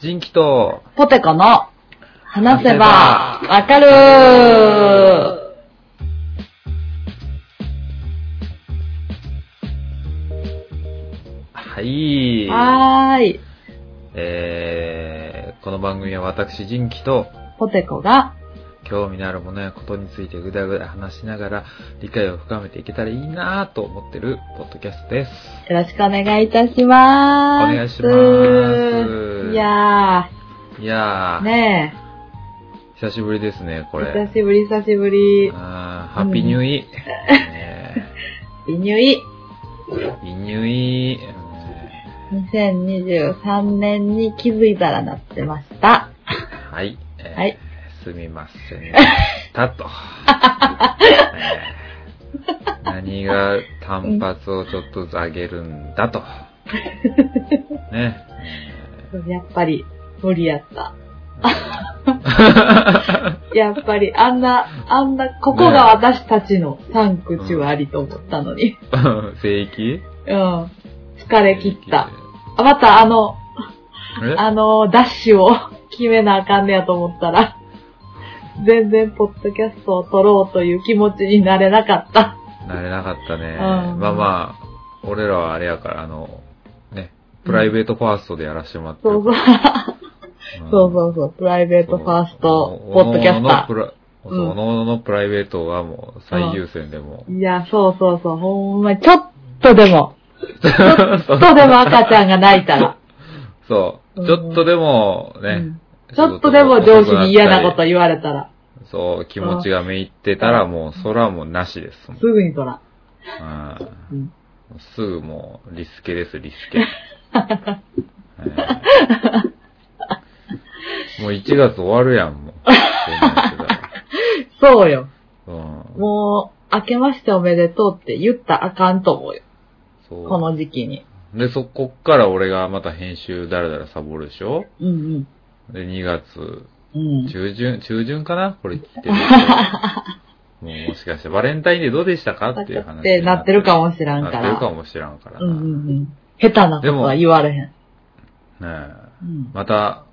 人気と、ポテコの話せばわかるはい。はーい。えー、この番組は私、人気と、ポテコが、興味のあるものやことについてぐだぐだ話しながら、理解を深めていけたらいいなぁと思ってる、ポッドキャストです。よろしくお願いいたしまーす。お願いしますいやいやー、ー、ね久しぶりですね、こえ、れ。久しぶり久しぶり。あーハッピーニューイー。ねリニューイえハッピーニューイー。 2023年に気づいたらなってました。はい。えーはいすみませんでした と。えー何が単発をちょっと上げるんだと。ね。 やっぱり、無理やった。えやっぱり、あんな、あんな、ここが私たちの3口はありと思ったのに。ー聖域うん。疲れ切った。。あまたあの、えあの、ダッシュを決めなあかんねやと思ったら、全然ポッドキャストを撮ろうという気持ちになれなかった。慣れなかったね。うんまあまあ、俺らはあれやから、あの、ね、プライベートファーストでやらせてもらってそるうかそうら。。んそうそうそう。プライベートファースト、ポッドキャスター。おうんのおののプライベートはもう最優先でもー。。いや、そうそうそう。ほんまに、ちょっとでも、ちょっそとでも赤ちゃんが泣いたら、そううんちょっとでも うねん、ちょっとでも上司に嫌なこと言われたら、そう、気持ちがめいってたらもうそれはもうなしですもん。すぐに撮ら。ううんんすぐもうリスケです、リスケ。 はいもう1月終わるやん、 もう。こんなんやってたらそうよ。うんもう、明けましておめでとうって言ったらあかんと思うよ。そうこの時期に。で、そこっから俺がまた編集だらだらサボるでしょうんで、2月うん。うん。中旬、中旬かなこれ聞いてる人 もうもしかして、バレンタインデーどうでしたかっていう話。ってなってるかもしらんなっか。てるからもしらんからうな。んうんうん。下手なことは言われへん。ねえうん、また、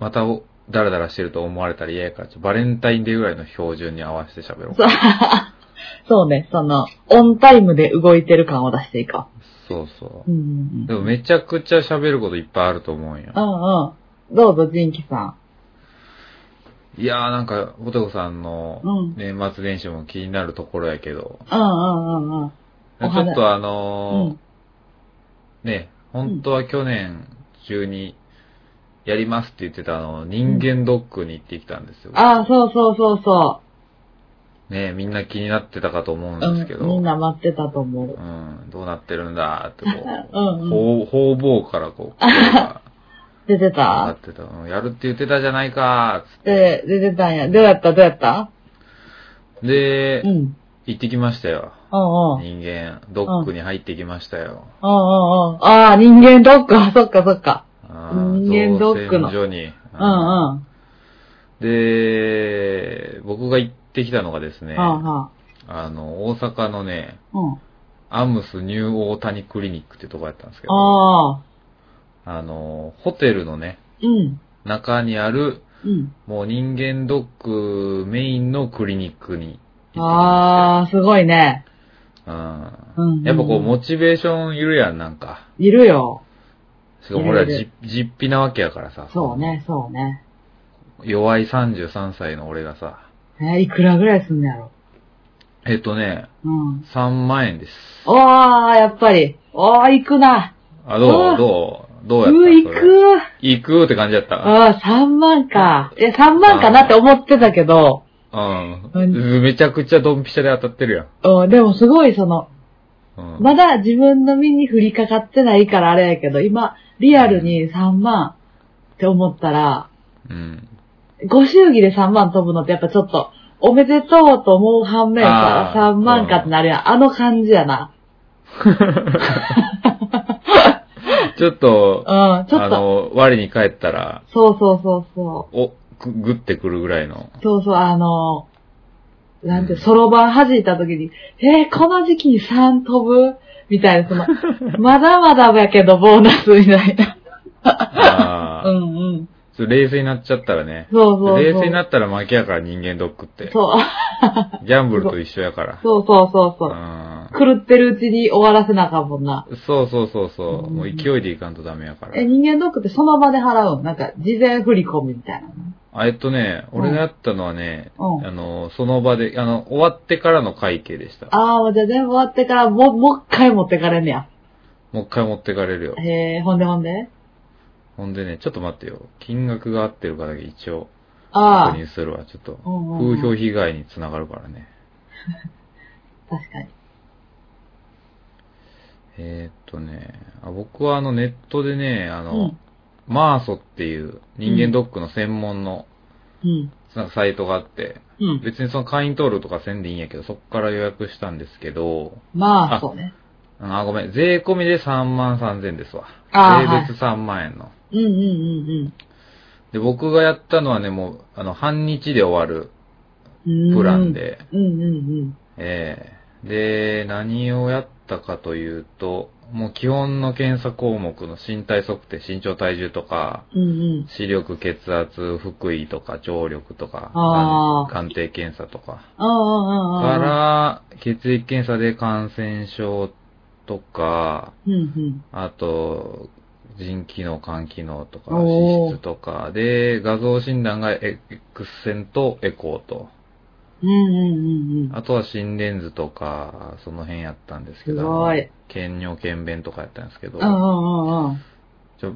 またお、だらだらしてると思われたら嫌やから、ちょバレンタインデーぐらいの標準に合わせて喋ろうそうそうね、その、オンタイムで動いてる感を出していこ。そうそうう。うんうんうん。でもめちゃくちゃ喋ることいっぱいあると思うんよう。んうん。どうぞ、ジンキさいやーなんか、おとこさんのん。うん。年末年始も気になるところやけど、うんうんうんうん。ちょお花っとあうのーん。ね、本当は去年中にやりますって言ってたあの、人間ドックに行ってきたんですよ。ああ、そうそうそうそね、みんな気になってたかと思うう。んうですんけ。みど、んな待ってたと思うう。ん、どうなってるんだってこう、 うんうほうん。方々からこう、 声が出て上がたってた。うんやるって言ってたじゃないかーっつっで、出てたんや。どうやったどうやったて。でう、ん。行ってきましたよ。うんうん。人間、ドックに入ってきましたよ。うんうんうん。ああ、人間ドック、あそっかそっか。うん人間ドックの造船所に。うんうん。で、僕が行ってきたのがですね、うんうん。あの、大阪のね、うん。アムスニューオータニクリニックってとこやったんですけど、あああ。の、ホテルのね、うん。中にある、うん。もう人間ドックメインのクリニックに行ってきまああ、すごいね。したよ。ううんん。やっぱこう、モチベーションいるやん、なんか。いるよ。しかも俺らいるいじ実費なわけやからさ。そうね、そうね。弱い33歳の俺がさ。えーいくらぐらいすんのやろ。えっとね、うん。 3万円です。おー、やっぱり。おー、行くな。あ、どあうどうどううー、やった行それく。行くって感じやった。あー、3万か。いや、3万かなって思ってたけど、うん。めちゃくちゃドンピシャで当たってるうん、でもすごいその、やん。うん。まだ自分の身に降りかかってないからあれやけど、今、リアルに3万って思ったら、うん。ご祝儀で3万飛ぶのってやっぱちょっと、おめでとうと思う反面さあ、ー3万かってなるやん。あの感じやな。ちょっと、うん、ちょあっと、の、我に返ったら、そうそうそうそお、くぐってくるぐらいの。う。そうそう、あの、なんて、うんそろばん弾いた時に、えー、この時期に3飛ぶみたいな、その、 まだまだやけどボーナスみたいな。あ うーんうん。ちょっと冷静になっちゃったらね。そうそうそう。冷静になったら負けやから人間ドックって。そう。ギャンブルと一緒やから。そうそうそうそうう。ん。狂ってるうちに終わらせなあかんもんな。そうそうそうそう。うんもう勢いでいかんとダメやからえ、。人間ドックってその場で払うんなんか、事前振り込みみたいな。あえっとね、俺がやったのはね、うんあの、その場で、あの、終わってからの会計でした。ああ、じゃあ全部終わってから、もう、もう一回持ってかれんねや。もう一回持ってかれるよ。へえ、ほんでほんで。ほんでね、ちょっと待ってよ。金額が合ってるかだけ一応あ確あ認するわ。ちょっと、うんうんうん風評被害につながるからね。、確かに。えーっとね、あ僕はあのネットでね、あうのん、。マーソっていう人間ドックの専門の、うん。なんかサイトがあって、うん。別にその会員登録とかせんでいいんやけど、そっから予約したんですけど、まあ、あそうね。あ、ごめん、税込みで3万3000円ですわ。あー税別3万円の。うんうんうんで、僕がやったのはね、もう、あの、半日で終わるうん。プラン。で、うんうんええで、何をやったかというと、もう基本の検査項目の身体測定、身長体重とか、うん。うんうん。視力、血圧、腹囲とか、聴力とか、あー鑑定検査とか。ああ、ああ、かああ。ら、血液検査で感染症とか、うんうん。あと、腎機能、肝機能とか、おー脂質とか、で、画像診断がエ X 線とエコーと、うんうんうんうん。あとは心電図とか、その辺やったんですけど、すごい検尿、検便とかやったんですけど、うんうんうんうん。ちょ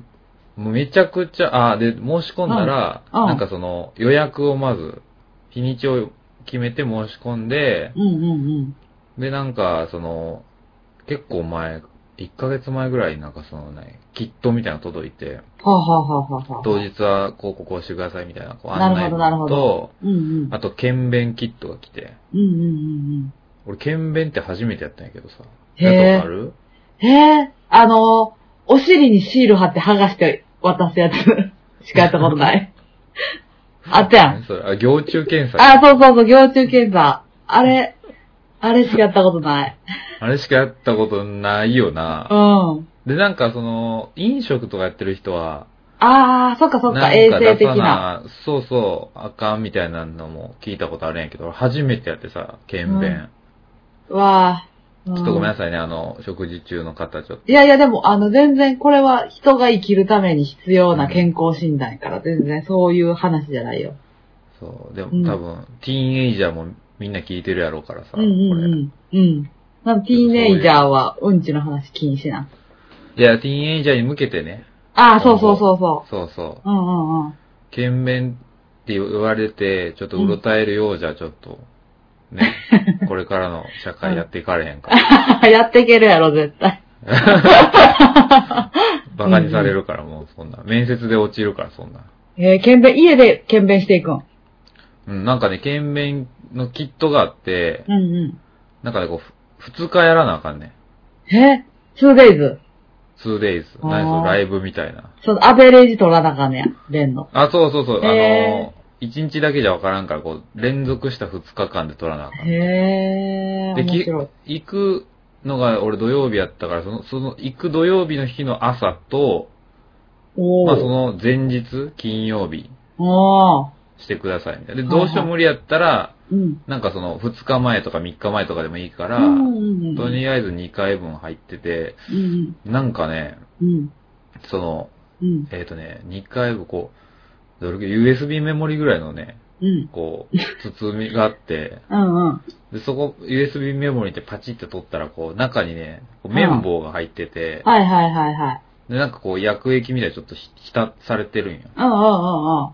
もうめちゃくちゃ、あ、で、申し込んだら、うんうんなんかその予約をまず、日にちを決めて申し込んで、うんうんうん。で、なんか、その、結構前、1ヶ月前ぐらいになんかそのね、キットみたいなの届いて、はあ、はあはあはあはあ、当日はこうこうこうしてくださいみたいなこうな案るほ内どなるほと、うんうん。あと、検便キットが来て。うんうんうん俺、検便って初めてやったんやけどさ。へーやったことあるうん。へえ、あの、お尻にシール貼って剥がして渡すやつしかやったことない。あったやん。何それあ、行中検査。あ、そうそうそう、行中検査。あれ、あれしかやったことない。あれしかやったことないような。ん。で、なんかその、飲食とかやってる人は、ああ、そっかそっなか、ん衛か生出的さな。な。そうそう、あかんみたいなのも聞いたことあるんやけど、俺初めてやってさ、検便。うわあ。ちょちょっとごめんなさいね、あの、食事中の方ちょっと。いやいや、でも、あの、全然、これは人が生きるために必要な健康診断やから、全然そういう話じゃないよ。そう、でもうん多分、ティーンエイジャーもみんな聞いてるやろうからさ、うんうこれ。んうん。うん。なんかティーネイジャーは、うんちの話禁止な。いや、ティーンエイジャーに向けてね。ああ、そうそうそうそ。そうそううんうん うん。う。懸便って言われて、ちょっとうろたえるようじゃ、ちょっと、 ね、これからの社会やっていかれへんから。やっていけるやろ、絶対。バカにされるから、もうそんな。面接で落ちるから、そんな。えー、検便、家で検便していくん。うん、なんかね、懸便のキットがあってう、んなんかね、こう、ふ二日やらなあかんね。うん。え ?2days? 2 days。あー何それライブみたいな。そのアベレージ取らなあかんねや、出んの。あ、そうそうそう。あへの、一日だけじゃわからんから、こう、連続した二日間で撮らなあかん。へえ、で面白い。行くのが、俺土曜日やったから、その、その、行く土曜日の日の朝と、おー。まあその前日、金曜日、おー。してくださいみたいな。で、はいはどいうしても無理やったら、うん。なんかその、二日前とか三日前とかでもいいから、うんうんうん。とりあえず二回分入ってて、うんなんかね、うん。うん。その、うん。えっ、とね、二回分こう、どれくらい USB メモリぐらいのね、うん。こう、包みがあって、うんうん。で、そこ、USB メモリってパチって取ったら、こう、中にね、こう綿棒が入ってて、はいはいはいはい。で、なんかこう、薬液みたいにちょっとひ浸されてるんよ。うんう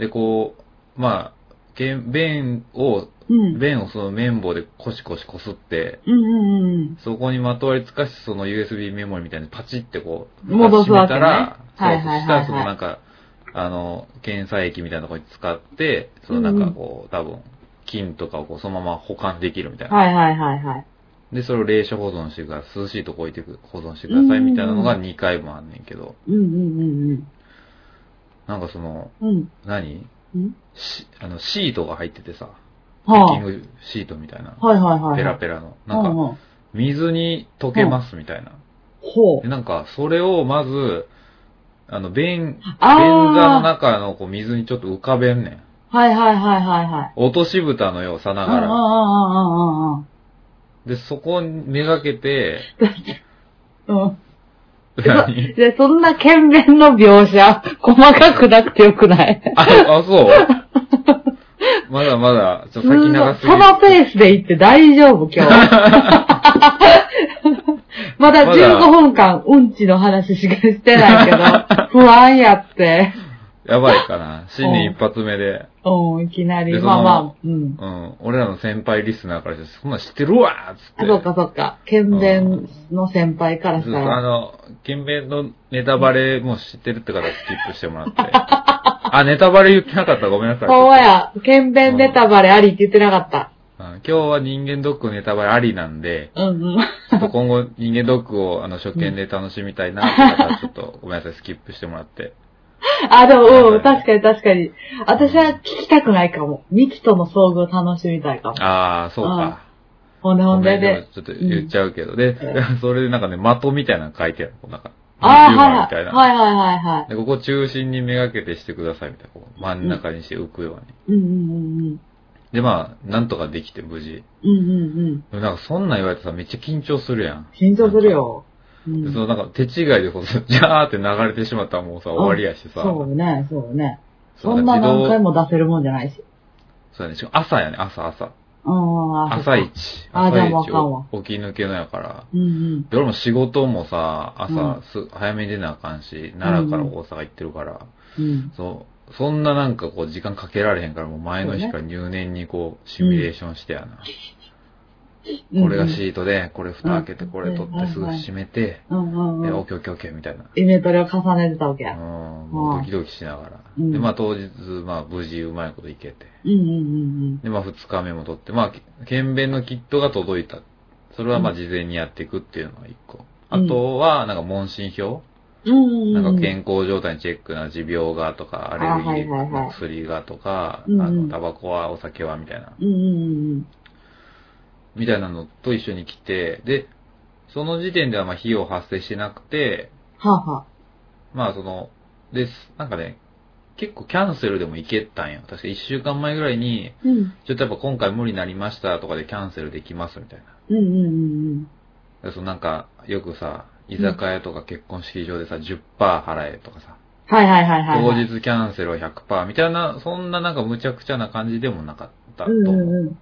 で、こう、まあ、けん便を、んうんうん。うん。便をその綿棒でコシコシこすって、うんうんうん。そこにまとわりつかして、その USB メモリみたいにパチってこう、戻すわけ蓋閉めたねら、そうそはいはいはいはいしたらそのなんか、あの、検査液みたいなとこに使って、そのなんかこう、多分、菌とかをこう、そのまま保管できるみたいな。はいはいはいはい。で、それを冷所保存してください。涼しいとこ置いてく保存してくださいみたいなのが2回もあんねんけど、うんうんうんなんかその、うん。うん。何うんしあの、シートが入っててさ、ベッキンはグシートみたいなあ。。はいはいはい。ペラペラの。うなんか、んうん。水に溶けますみたいな。ほで、なんか、それをまず、あの、便、便あー座の中のこう水にちょっと浮かべんねん。はいはいはいはいはい。落とし蓋のようさなうんうがんうんら。うんうんで、そこにめがけて、うんうん。何で、そんな懸命の描写、細かくなくてよくないあ、あ、そうまだまだ、ちょっと先長すぎそる。のペースで行って大丈夫 今日。まだまだ15分間、うんちの話しかし てないけど、不安やって。やばいかな。新年一発目で。うん、いきなでり。そのまあまあ、うん。うん。俺らの先輩リスナーからして、そんなん知ってるわーっつって。あ、そっかそっか。剣伝の先輩からしたあら。の、懸命のネタバレも知ってるって方スキップしてもら って。あ、ネタバレ言ってなかったごめんなさい。そうや、剣伝ネタバレありって言ってなかった。うん今日は人間ドックネタバレありなんで、うんうん。ちょっと今 後人間ドックをあの初見で楽しみたいなって方はちょっとごめんなさい、スキップしてもらって。あ、でも、はういん、確かに確かに。私は聞きたくないかも。未知との遭遇を楽しみたいかも。あー、そうか。ほんでほんごめでんねで。ちょっと言っちゃうけど。で、それでなんかね、的みたいなの書いてある。こうなんか、あー20番みたはいいな。はいはいはいはで、ここ中心にめがけてしてくださいみたいな。こう真ん中にして浮くように。い。うんうんうんで、まあ、なんとかできて無事。うん。うんうんうん。でもなんかそんなん言われてさ、めっちゃ緊張するやん。緊張するよ。うでん、そのなんか手違いでこう、ジャーって流れてしまったらもうさ、終わりやしさ。そうね、そうね。そうそんな自動何回も出せるもんじゃないし。そうだね。しかも朝やね、朝朝。うん、あ朝一。あじゃ朝あもうあ一かんわ起き抜けのやから。うんうん。で、俺も仕事もさ、うん朝す、早めに出なあかんし、奈良から大阪行ってるから、うん。そう、そんななんかこう時間かけられへんから、もう前の日から入念にこう、シミュレーションしてやな。うんこれがシートで、これ蓋開けて、うんこれ取ってすぐ閉めて、うんうんで、うオッん。ケーオッケーオッケーみたいな。イメトレを重ねてたわけうや。ん、もうドキドキしながら。うんで、まあ当日、まあ無事うまいこといけて。うんうんうんで、まあ二日目も取って、まあ、け検便のキットが届いた。それはまあ事前にやっていくっていうのが一個。うんあとは、なんか問診票、うん。うんうん。なんか健康状態にチェックな持病がとか、アレルギあはいーはいはいの薬がとか、あうんうんの、タバコはお酒はみたいな、うんうんうん。みたいなのと一緒に来て、で、その時点ではまあ費用発生してなくて、はあ、はあ。まあその、です、なんかね、結構キャンセルでもいけたんよ。確か1週間前ぐらいに、うん。ちょっとやっぱ今回無理になりましたとかでキャンセルできますみたいな。うんうんうんうん。でそのなんか、よくさ、居酒屋とか結婚式場でさ、10%払えとかさ、はいはいはいはい当はい。日キャンセルは100%みたいな、そんななんか無茶苦茶な感じでもなかったとうん思う。うんうん。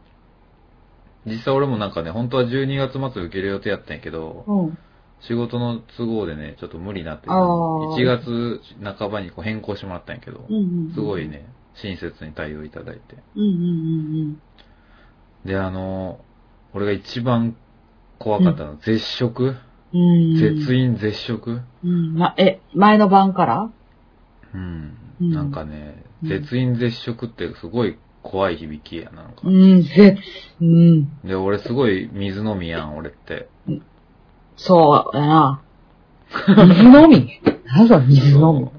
実際俺もなんかね、本当は12月末受ける予定やったんやけど、うん。仕事の都合でね、ちょっと無理になって、あー1月半ばにこう変更してもらったんやけどう、んうん。すごい。ね、親切に対応いただいて。うんうんで、あの、俺が一番怖かったの、絶食うんうん。うん。絶飲絶食、うん。ま、え、前の晩からうん。うんなんかね、うん絶飲絶食ってすごい怖い響きやな、なんかう。ん、絶、うん。で、俺すごい水飲みやん、俺って。そうやな。水 飲み。なんだ水飲む。そう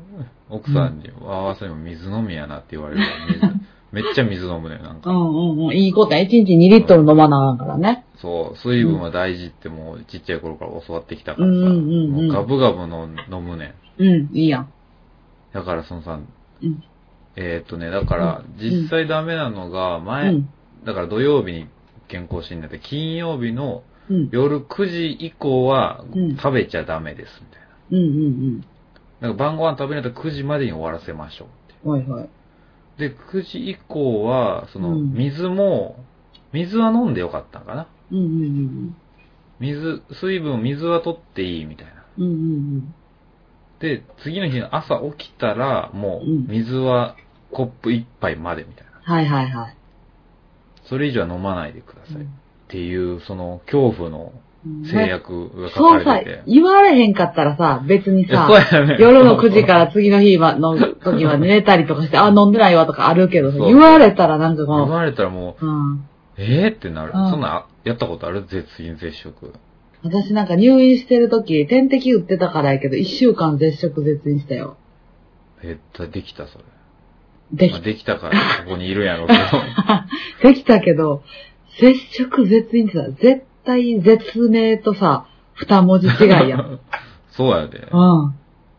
奥さんに、合わせにも水飲みやなって言われるから水めっちゃ水飲むね、なんうか。んうんうん。いいことや。1日2リットル飲まなあかんからね。そう、水分は大事ってもうちっちゃい頃から教わってきたからうさ、んうんうんうんもうガブガブの飲むねん。うん、いいやん。だからそのさ、うんえーっとね、だから実際ダメなのがう前、ん。だから土曜日に健康診断で金曜日のうん。夜9時以降はうん食べちゃダメですみたいうんうんな。なんか晩ご飯食べないと9時までに終わらせましょうってうん。はいはい。で、9時以降は、そのうん水も、水は飲んでよかったんかな。うんうん水、水分、水は取っていいみたいな。うん。うんうんで、次の日の朝起きたら、もうう、ん水はコップ1杯までみたいな。うん。はいはいはい。それ以上は飲まないでください。っていう、その、恐怖のうん制約が書そうかされてて、。言われへんかったらさ、別にいやさ、 そうやね夜の9時から次の日はの時は寝たりとかして、あ、飲んでないわとかあるけどさ、そう言われたらなんかこ言の、われたらもう、うん。えー、ってなる。うんそんなんやったことある絶飲絶食。私なんか入院してる時、点滴打ってたからやけど、1週間絶食絶飲したよ。絶対できた、それ。でまあき、できたから、ここにいるんやろうけど。できたけど、絶食絶飲ってさ、絶対絶 命とさ、二文字違いやん。そうやで。うん。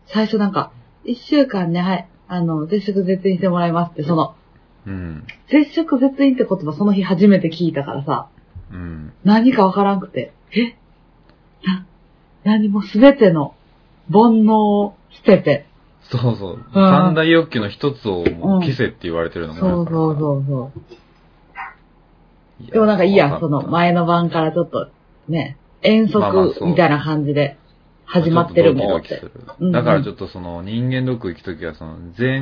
最初なんか、一週間ね、はい、あの、絶食絶飲してもらいますって、その、うん。絶食絶飲って言葉その日初めて聞いたからさ、うん。何かわからんくて、えな、何もすべての煩悩を捨てて、そうそう。三大欲求の一つをもう消せって言われてるのそうもそううそうそう。そうでもなんかいいやん、そのまあ前の晩からちょっと、ね、遠まあまあ足そうみたいな感じで始まってるもんっちょてっ。とドキドキすうんる。うんだからちょっとその人間ドック行くときはその前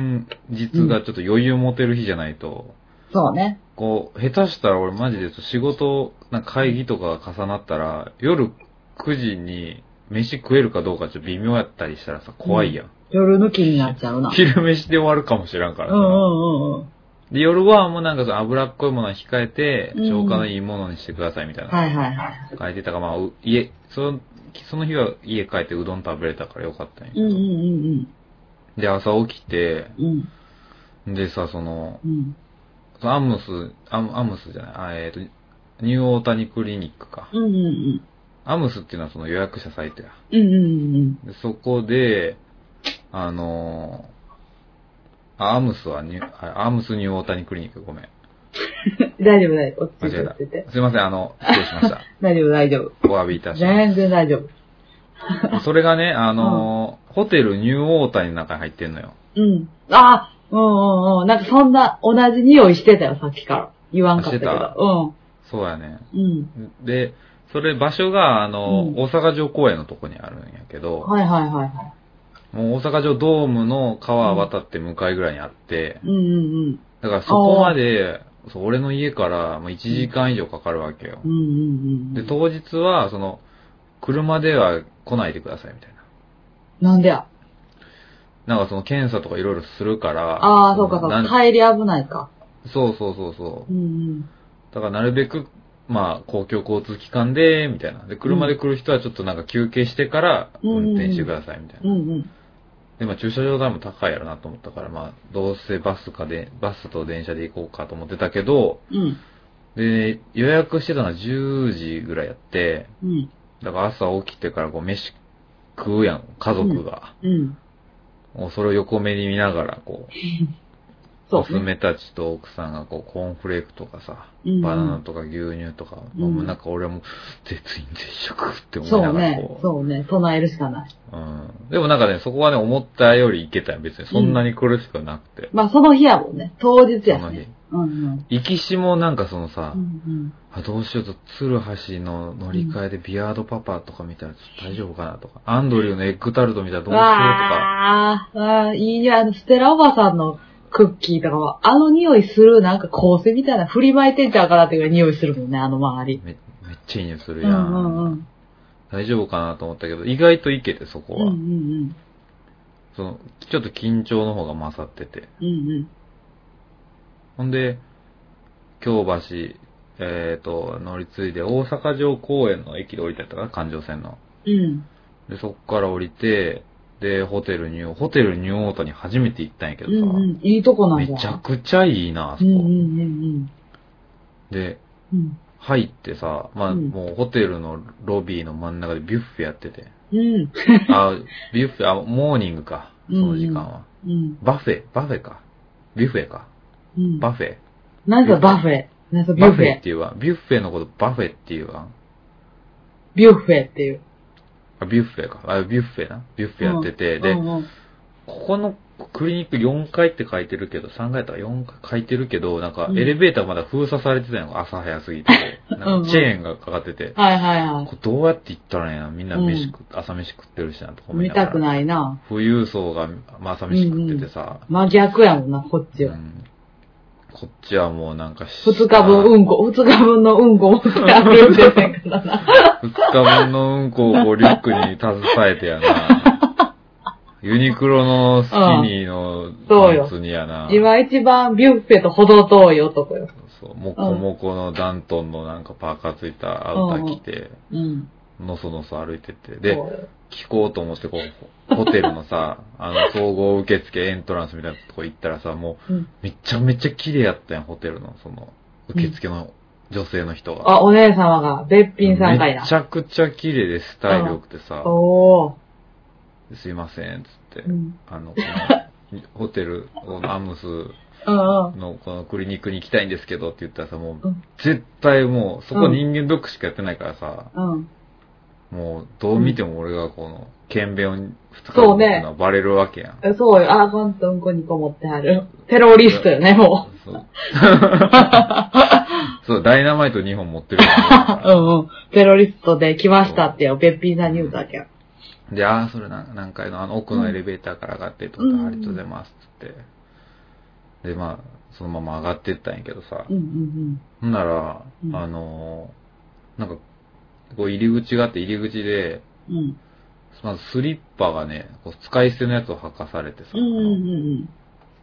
日がちょっと余裕持てる日じゃないと、そうね。こう、下手したら俺マジで仕事、なんか会議とかが重なったら、夜9時に飯食えるかどうかちょっと微妙やったりしたらさ、怖いやん。夜抜きになっちゃうな。昼飯で終わるかもしらんかうんらうさ。んうんうん。で、夜はもうなんかその脂っこいものは控えて、うん消化のいいものにしてくださいみたいな。はいはいはい。書いてたから、まあ、う家、その、その日は家帰ってうどん食べれたからよかったんやうんうんうんで、朝起きて、うん。うんでさ、その、うん。そのアムス、アムアムスじゃない、あえっ、と、ニューオータニクリニックか。うんうんうん。アムスっていうのはその予約者サイトや。うんうんうんでそこで、あのーあアムスはニュあアムスニューオータニクリニック、ごめん。うん。大丈夫大丈夫。落間ち着違えいてて。た。すいません、あの、失礼しま した。大丈夫大丈夫。お詫びいたします。全然大丈夫。それがね、あのーホテルニューオータニの中に入ってんのよ。うん。ああうんうんうん。なんかそんな同じ匂いしてたよ、さっきから。言わんかったけあしてど。そうやね。うん。で、それ場所が、あのーうん大阪城公園のとこにあるんやけうん。ど、はいはいはいはもう大阪城ドームの川渡って向かいぐらいにあって、い。うんうんだからそこまで、そう俺の家からまあ1時間以上かかるわけようん。う。んうんうん。で、当日は、その、車では来ないでくださいみたいな。なんでや。なんかその検査とかいろいろするから。ああ、そうかそうなか。ん帰り危ないか。そうそうそうそうう。んだからなるべく、まあ、公共交通機関で、みたいな。で、車で来る人はちょっとなんか休憩してからうん運転してください、みたいうん。うな。んうん。で、まあ、駐車場代も高いやろなと思ったから、まあ、どうせバスかで、バスと電車で行こうかと思ってたけど、うん。で、予約してたのが10時ぐらいやって、うん。だから朝起きてからこう飯食うやん、家族が。うん。もうそれを横目に見ながら、こう、そうね。娘たちと奥さんがこう、コーンフレークとかさ、うんバナナとか牛乳とか、うんもうなんか俺はもう、絶飲絶食って思いそなうがらねこ。う。そうね。唱えるしかない。うん。でもなんかね、そこはね、思ったよりいけたよ。別にそんなに苦しくなくて。まあその日やもんね。当日やそしのね日。。うんうん。行きしもなんかそのうさ、んあどうしようと、鶴橋の乗り換えでビアードパパとか見たらちょっと大丈夫かなとか、アンドリューのエッグタルト見たらうどん。うしようとか、わー、あーいいね。あの、ステラおばさんのクッキーとかは、あの匂いするなんか香水みたいな振りまいてんちゃうかなっていうぐらい匂いするもんね、あの周り。めめっちゃいい匂いすうるんやん,、うんうん。大丈夫かなと思ったけど、意外といけて、そこうんうは、んその。ちょっと緊張の方が勝ってて。うん。うんほんで、京橋、えっ、と、乗り継いで大阪城公園の駅で降りたやったかな、環状線の。うん。うん。で、そこから降りて、で、ホテルニュー、ホテルニューオータに初めて行ったんやけどうさ、んうん。いいとこなんめだ。ちゃくちゃいいな、あそうんこ。うんうんで、うん。うん。入ってさ、まあ、うんもうホテルのロビーの真ん中でビュッフェやってて。うん。あ、ビュッフェ、あ、モーニングか、その時間は。うん。バフェ、バフェか。ビュッフェか。うん。バフェ。何すかバフェ。何すかビュバッフフェっェ。ていうわ。ビュッフェのことバフェっていうわ。ビュッフェっていう。あビュッフェか。あ、ビュッフェな。ビュッフェやってて。うで、んうんここのクリニック4階って書いてるけど、3階とか4階書いてるけど、なんかうんエレベーターまだ封鎖されてたの朝早す ぎて。なんかチェーンがかかってて。はいはいはこれどうやって行ったらええな。みんな飯うん食っ、朝飯食ってるしな、とかい。思い見ながらたくないな。富裕層が、まあ、朝飯食っててさ。真逆やもんな、こっちうは。んこっちはもうなんか、二日分うんこ、二日分のうんこ持って歩いてんねんからな。二日分のうんこをこうリュックに携えてやな。 ユニクロのスキニーのそうよパンツにやな。今一番ビュッフェとほど遠い男よ。そう、もこもこのダントンのなんかパーカーついたアウター着て、うん。のそのそ歩いてて。そで、うよ聞こうと思ってこう、ホテルのさ、あの、総合受付エントランスみたいなとこ行ったらさ、もうんう、めちゃめちゃ綺麗やったやん、ホテルの、その、受付の女性の人が。あ、お姉様が、べっぴんさんかいなめ。ちゃくちゃ綺麗でスタイル良くてさ。おー。すいません、つってう、ん。あの、この ホテル、このアムスうんうん。のこのクリニックに行きたいんですけどって言ったらさ、もう、うん絶対もう、そこ人間ドックしかやってないからさ、うん。もう、どう見ても俺がこの、剣弁を2日そ間う持ねつのはバレるわけやん。えそうよ。あ、ゴンとうんこにこ持ってはる。テロリストよね、もそう。 そう、ダイナマイト2本持ってるう。か うんうん。テロリストで来ましたってよ、べっぴんさんに言うたわけよ。ら。で、ああ、それな何階のあの奥のエレベーターから上がってと思ったら、うんありがとうございますってって。で、まあ、そのまま上がってったんやけどさう。んうんほんなら、うんあのーなんか、こう入り口があって入り口で、うん。うん。まずスリッパがね、こう使い捨てのやつを履かされてさ、うんうんうん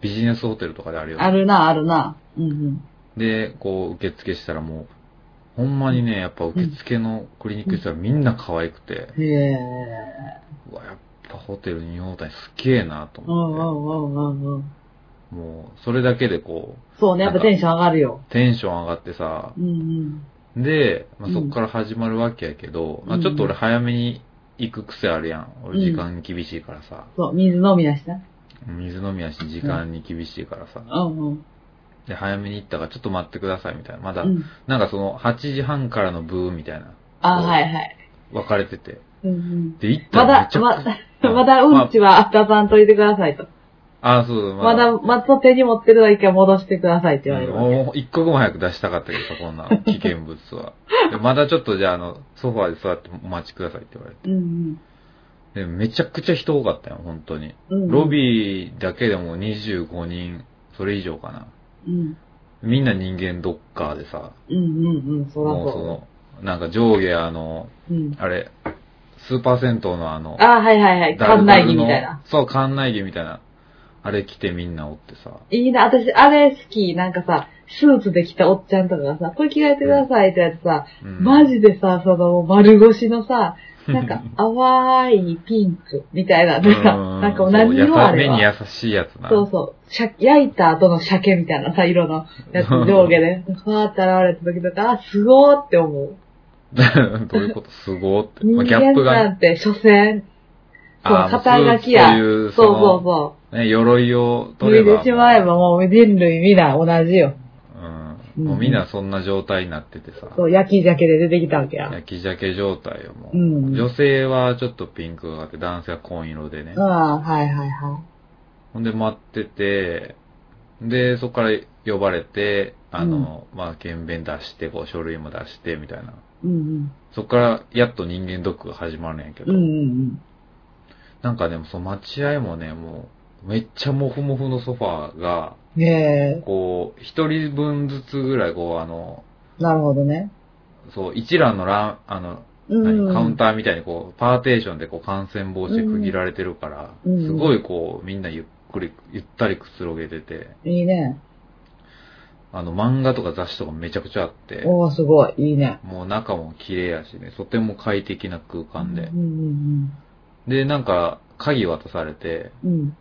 ビジネスホテルとかであるうよん。あるな、あるな。うんうん。で、こう、受付したらもう、ほんまにね、やっぱ受付のクリニックしたらみんな可愛くて、へえ。うわ、やっぱホテル日本大すげえなとうんう思っんうんうんうん。て、もう、それだけでこう、そうね、やっぱテンション上がるよ。テンション上がってさう、んで、まあ、うんそっから始まるわけやけど、まあ、うんちょっと俺早めに行く癖あるやん。俺うん時間厳しいからさ、そう、水飲みやしな。水飲みやし時間に厳しいからさ、うんうん。で、早めに行ったからちょっと待ってくださいみたいな。まだ、うん。なんかその8時半からのブーみたいな、あ、はいはい。分かれてて。うんうん。で、行ったまらめだち、ゃくちゃま だ、まだうんちは出さんといてくださいと。ああ、そう、まだ、まだ手に持ってるだけは戻してくださいって言われるわけ。もう一刻も早く出したかったけどさ、こん なの危険物は。でまだちょっとじゃあ、あの、ソファーで座ってお待ちくださいって言われうんて。で、めちゃくちゃ人多かったよ、本当に。うん。うんロビーだけでも25人、それ以上かな。うん。みんな人間ドッカーでさ、うんうんうん、そらもうそその、なんか上下あの、う。うん。あれ、スーパー銭湯のあの、あ、はいはいはい。館内着みたいな。。そう、館内着みたいな。あれ着てみんなおってさ。いいな、私、あれ好き。なんかさ、スーツで着たおっちゃんとかがさ、これ着替えてくださいってやつさ、うんマジでさ、その、丸腰のさ、な んか、淡いピンクみたいな、なんか、うなんか同じ色あれそうは。やさ目に優しいやつな。そうそう。しゃ焼いた後の鮭みたいなさ、色のやつ、上下で、ふわーって現れた時とか、あ、すごーって思う。 どういうことすごーって。人まあギャップ間がなね、んて、所詮、そうあー肩書きやそういう、そそうそうのそね、鎧をう。脱取れいば。でしまえばもう人類皆同じよ。う。うんんもうみんなそんな状態になっててさ。そう、焼き鮭で出てきたわけや。焼き鮭状態よ、もう。うん女性はちょっとピンクがあって、男性は紺色でねあ。あ、はいはいはほんで待ってて、で、そこから呼ばれて、あの、まあ、検便出して、こう、書類も出して、みたいな。い。うんそこから、やっと人間ドックが始まるんやけうん。うど。んうんなんかでもその待合もね、もう、めっちゃモフモフのソファーが、うん。へえ、こう、一人分ずつぐらい、こう、あの、なるほどね。そう、一覧のラン、あの、うん。何カウンターみたいにこう、パーテーションでこう、感染防止で区切られてるから、うんすごいこう、みんなゆっくり、ゆったりくつろげてて、いいね。あの、漫画とか雑誌とかめちゃくちゃあって、おおすごい。いいね。もう中も綺麗やしね、とても快適な空間でうん。うんで、なんか、鍵渡されて、うん。うん。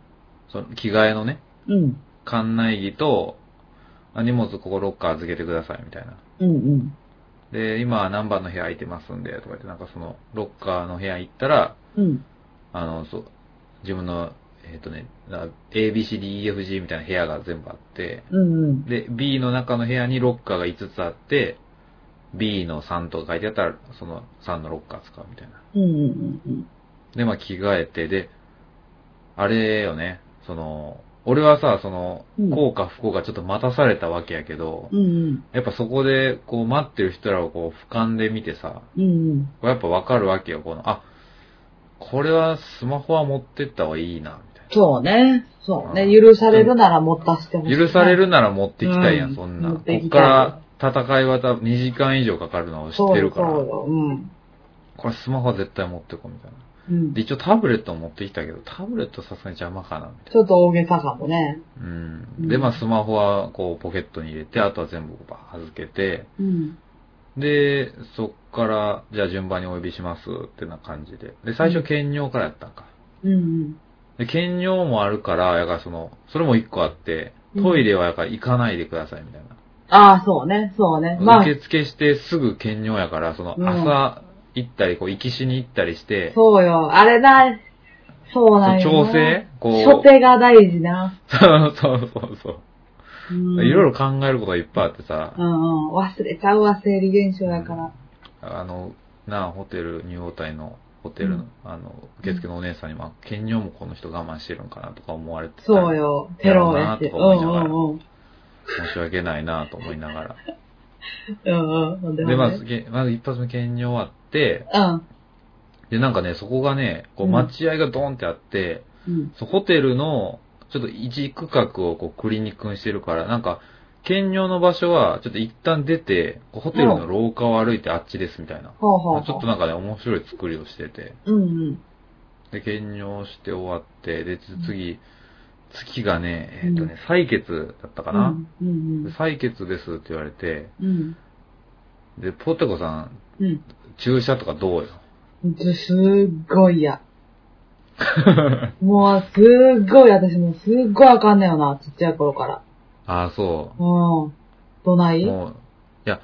その着替えのね、うん。館内着と、あ荷物ここロッカー預けてくださいみたいな。うんうん。で、今何番の部屋空いてますんで、とか言って、なんかその、ロッカーの部屋行ったら、うん。あの、そう、自分の、えっ、とね、ABCDEFG みたいな部屋が全部あって、うんうん。で、B の中の部屋にロッカーが5つあって、B の3とか書いてあったら、その3のロッカー使うみたいな。うんうんうん。で、まあ着替えて、で、あれよね、その、俺はさ、そのう、んこうか不幸かちょっと待たされたわけやけど、うんうん。やっぱそこで、こう待ってる人らをこう俯瞰で見てさ、うんうん。これやっぱわかるわけよ、この、あ、これはスマホは持ってった方がいいな、みたいそうね。そうね。うん許されるなら持たしてほしな。い。許されるなら持ってきたいやん、うんそんな。持こってっきかたいら戦いは多分2時間以上かかるのを知ってるから、そうそうよ。うん。これスマホは絶対持ってこう、みたいな。うんで、。一応タブレットを持ってきたけど、タブレットさすがに邪魔かな、みたいな。ちょっと大げさかもね。うん。で、まあ、スマホは、こう、ポケットに入れて、あとは全部バー預けて、うん。で、そっから、じゃあ順番にお呼びします、ってな感じで。で、最初、兼尿からやったんか。うんで、兼尿もあるから、やからその、それも一個あって、トイレはやから行かないでください、みたいな。ああ、そうね、そうね。まあ受、付してすぐ兼尿やから、その、うん朝行ったり、こう、行きしに行ったりして、そうよ。あれな、そうなんやな。調整こう。初手が大事な。 そうそうそうそう。うんいろいろ考えることがいっぱいあってさう、んうん。忘れちゃうわ、生理現象やから。あの、なあ、ホテル、ニューオータイのホテルの、うんあの、受付のお姉さんにも、あ兼業もこの人我慢してるんかなとか思われてたそうよ。テロやし。やろうなとうんかうんうん。申し訳ないなと思いながら。うんうん。ほんでで、ほまんでず、けまず一発目兼業あって、うん。で、なんかね、そこがね、こう、うん待合がドーンってあって、うん。そうホテルの、ちょっと一区画をこうクリニックにしてるから、なんか、兼業の場所は、ちょっと一旦出て、こうホテルの廊下を歩いてあっちですみたいな。ほうほうほう。ちょっとなんかね、面白い作りをしてて。うんうん。で、兼業して終わって、で、つ次、月がね、えうっ、んとね、採血だったかな、うんうんで採血ですって言われて、うん。うん。で、ポテコさん、うん。注射とかどうよすっごいや。もうすっごい、私もうすっごいあかんねよな、ちっちゃい頃から。ああ、そうん。どなう。い、もう、いや、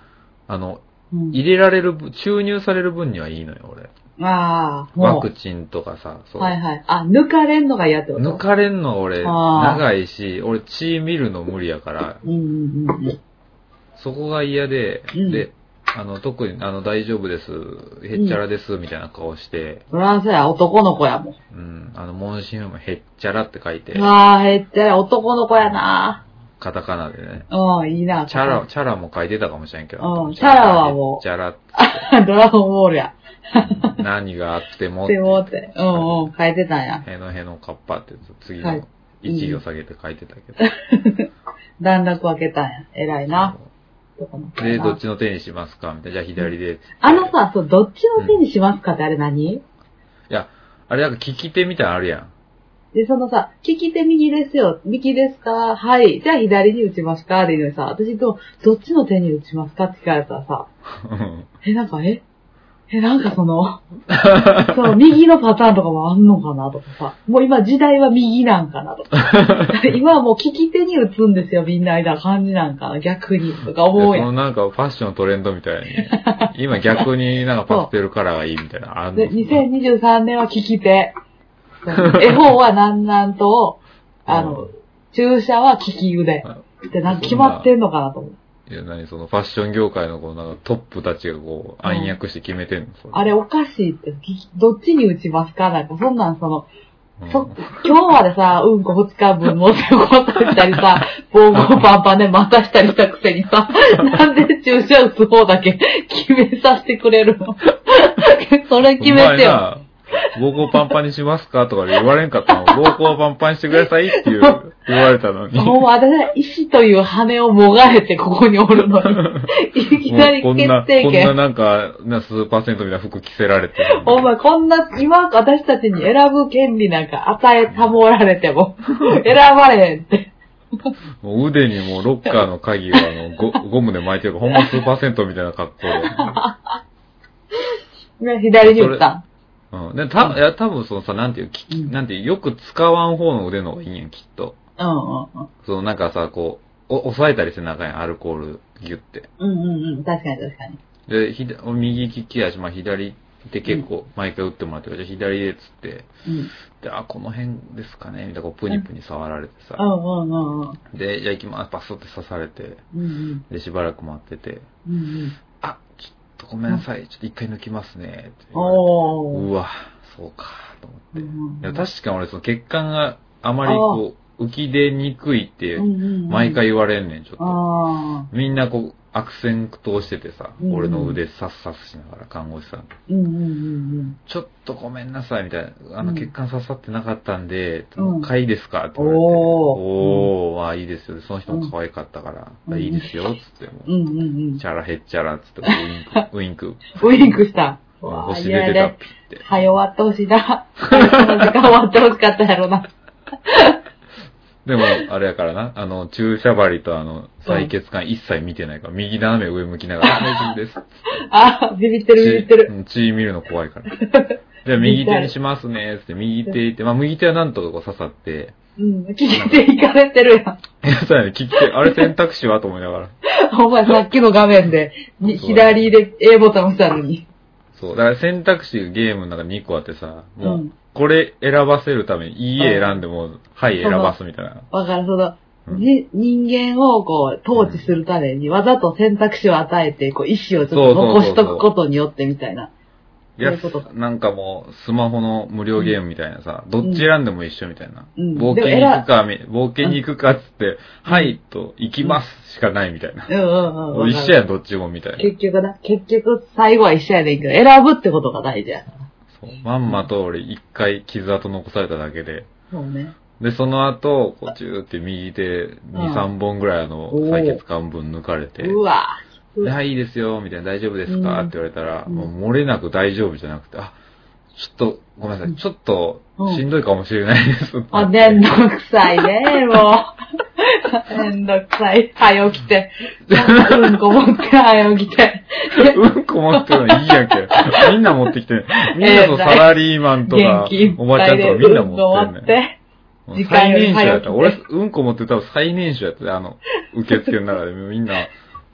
あの、うん、入れられる分、注入される分にはいいのよ、俺。ああ、ワもクチンとかさ、う。そう。はいはい。あ、抜かれんのが嫌ってこと抜かれんの俺、あー長いし、俺血見るの無理やから、うんうんうんうん。そこが嫌で、うんで、あの、特に、あの、大丈夫です、へっちゃらです、みたいな顔して、フランスや、男の子やもん。うん、あの、問診票もへっちゃらって書いて、ああ、へっちゃら、男の子やな。カタカナでね。うん、いいな。チャラ、チャラも書いてたかもしれんけど。うんチャラはもうへっちゃら、ドラゴンボールや。何があってもっってて、思って。うんうん、変えてたんや。へのへのカッパって、次はのい一行下げて書いてたけど。段落分けたんや。偉いな。男の子で、やなどっちの手にしますかみたいな。じゃあ左で。あのさ、そう、どっちの手にしますかってあれ何、あれなんか聞き手みたいなのあるやん。で、そのさ、聞き手右ですよ。右ですかはい。じゃあ左に打ちますかでいいのにさ、私とどっちの手に打ちますかって聞かれたらさ、うんえ、なんか、ええ、なんかそ の、そう、右のパターンとかもあんのかなとかさ、もう今時代は右なんかなとか、 今はもう聞き手に打つんですよ、みんな間感じなんかな、逆に、とか思うでそやのん。なんかファッションのトレンドみたい に。今逆になんかパステルカラーがいいみたいな。あんので、2023年は聞き 手。そう絵本はなんなんと、あの、注射は利き腕。ってなんか決まってんのかなと思う。いや、何そのファッション業界のこうなんかトップたちがこう暗躍して決めてんの、そあれおかしいって、きどっちに打ちますかなんか、そんなんその、うんそ今日までさ、うんこ2日分持ってこったり さ、棒棒パンパンで待たしたりしたくせにさ、なんで注射打つ方だけ 決めさせてくれるの それ決めてよ。お前な膀胱パンパンにしますかとか言われんかったの。膀胱パンパンにしてくださいっていう言われたのに。 もう私は石という羽をもがれてここにおるの に、いきなりもうこんな、決定こんな権。なんか、な数パーセントみたいな服着せられて。 お前こんな、今私たちに選ぶ権利なんか与えたもられて も、選ばれへんって。もう腕にもうロッカーの鍵をあのゴゴムで巻いてるから、ほんま数パーセントみたいな格好で。ね、左に打った。うん。で、た、いや、多分そのさ、なんていう、きうんなんていう、よく使わん方の腕の方がいいんやん、きっと。うんうんそのなんかさ、こう、お抑えたりして中にアルコールギュって。うん。うんうんうん。確かに確かに。で、ひだ右利きやし、まあ左って結構毎回打ってもらってるから、じゃあ左でっつって、うん。で、あ、この辺ですかね、みたいな、こう、プニプニ触られてうさ。んうんうんうん。で、じゃあ行きます、パスって刺されて、うんで、しばらく待ってて、うん。うんあ、ちょっとごめんなさい、ちょっと一回抜きますね、ってう言わん。れておー。うわ、そうか、と思って。うんでも確かに俺、その血管があまりこう、浮き出にくいってう、んうんうん毎。回言われんねん、ちょっと。あみんなこう、悪戦苦闘しててさ、うん俺の腕さっさっしながら、看護師さん。ー。うんうんうんちょっとごめんなさい、みたいな。あの、うん血管刺さってなかったんで、うんかいいですかって言われて。おーおー、わあ、いいですよ。でその人も可愛かったから、うんあいいですよ、つってもう。ん。うんうんうんチ。ャラヘッチャラ、つって、 ウインク、ウインク。ウインクした。わー星出て嫌た、やピッて。はよ終わってほしい な。早くこの時間終わってほしかったやろな。でも、あれやからな、あの、注射針とあの、採血管一切見てないから、右斜め上向きなが ら、大丈夫です。あー、ビビってるビビって血る。うん血見るの怖い から。じゃあ、右手にしますね、つって、右手行って、まあ、右手はなんとかこう刺さって、 うん。聞きていかれてるやん。いや、そうやね、 聞き手、あれ選択肢はと思いながら。お前さっきの画面で、に左で A ボタン押したのに。そう、だから選択肢ゲームの中に2個あってさ、うもう、ん。これ選ばせるために、いい絵選んでも、はい、選ばすみたいな。わかる、その、うんじ人間をこう、統治するために、わざと選択肢を与えて、こう、意思をちょっと残しとくことによってみたいな。いやそういうことか、なんかもう、スマホの無料ゲームみたいなさ、どっち選んでも一緒みたいな。うん冒険に行くか、み冒険に行くかっつって、はい、と、行きますしかないみたいな。うんうんうん。一緒やん、どっちもみたいな。結局な、結局最後は一緒やねんけど、選ぶってことが大事やから。そうまんまと俺、一回傷跡残されただけで。そうね。で、その後、こう、チューって右手2、うん3本ぐらいあの、おー採血管分抜かれて、うわではい、いいですよ、みたいな、大丈夫ですか、うんって言われたら、うんもう漏れなく大丈夫じゃなくて、あ、ちょっと、ごめんなさうんい、ちょっとうん、しんどいかもしれないです。あ、めんどくさいね、もう。 めんどくさい。早起き て。うんこ持って早起きて。うんこ持ってるのいいやんけ。みんな持ってきてる。みんなのサラリーマンと元か気いっ、おばぱちゃいんとでかみんなうんこ持持ってっんねん。て。時間最より年少やっ早起きた。て俺、うんこ持ってたら最年少やった。あの、受付の中で、みんな、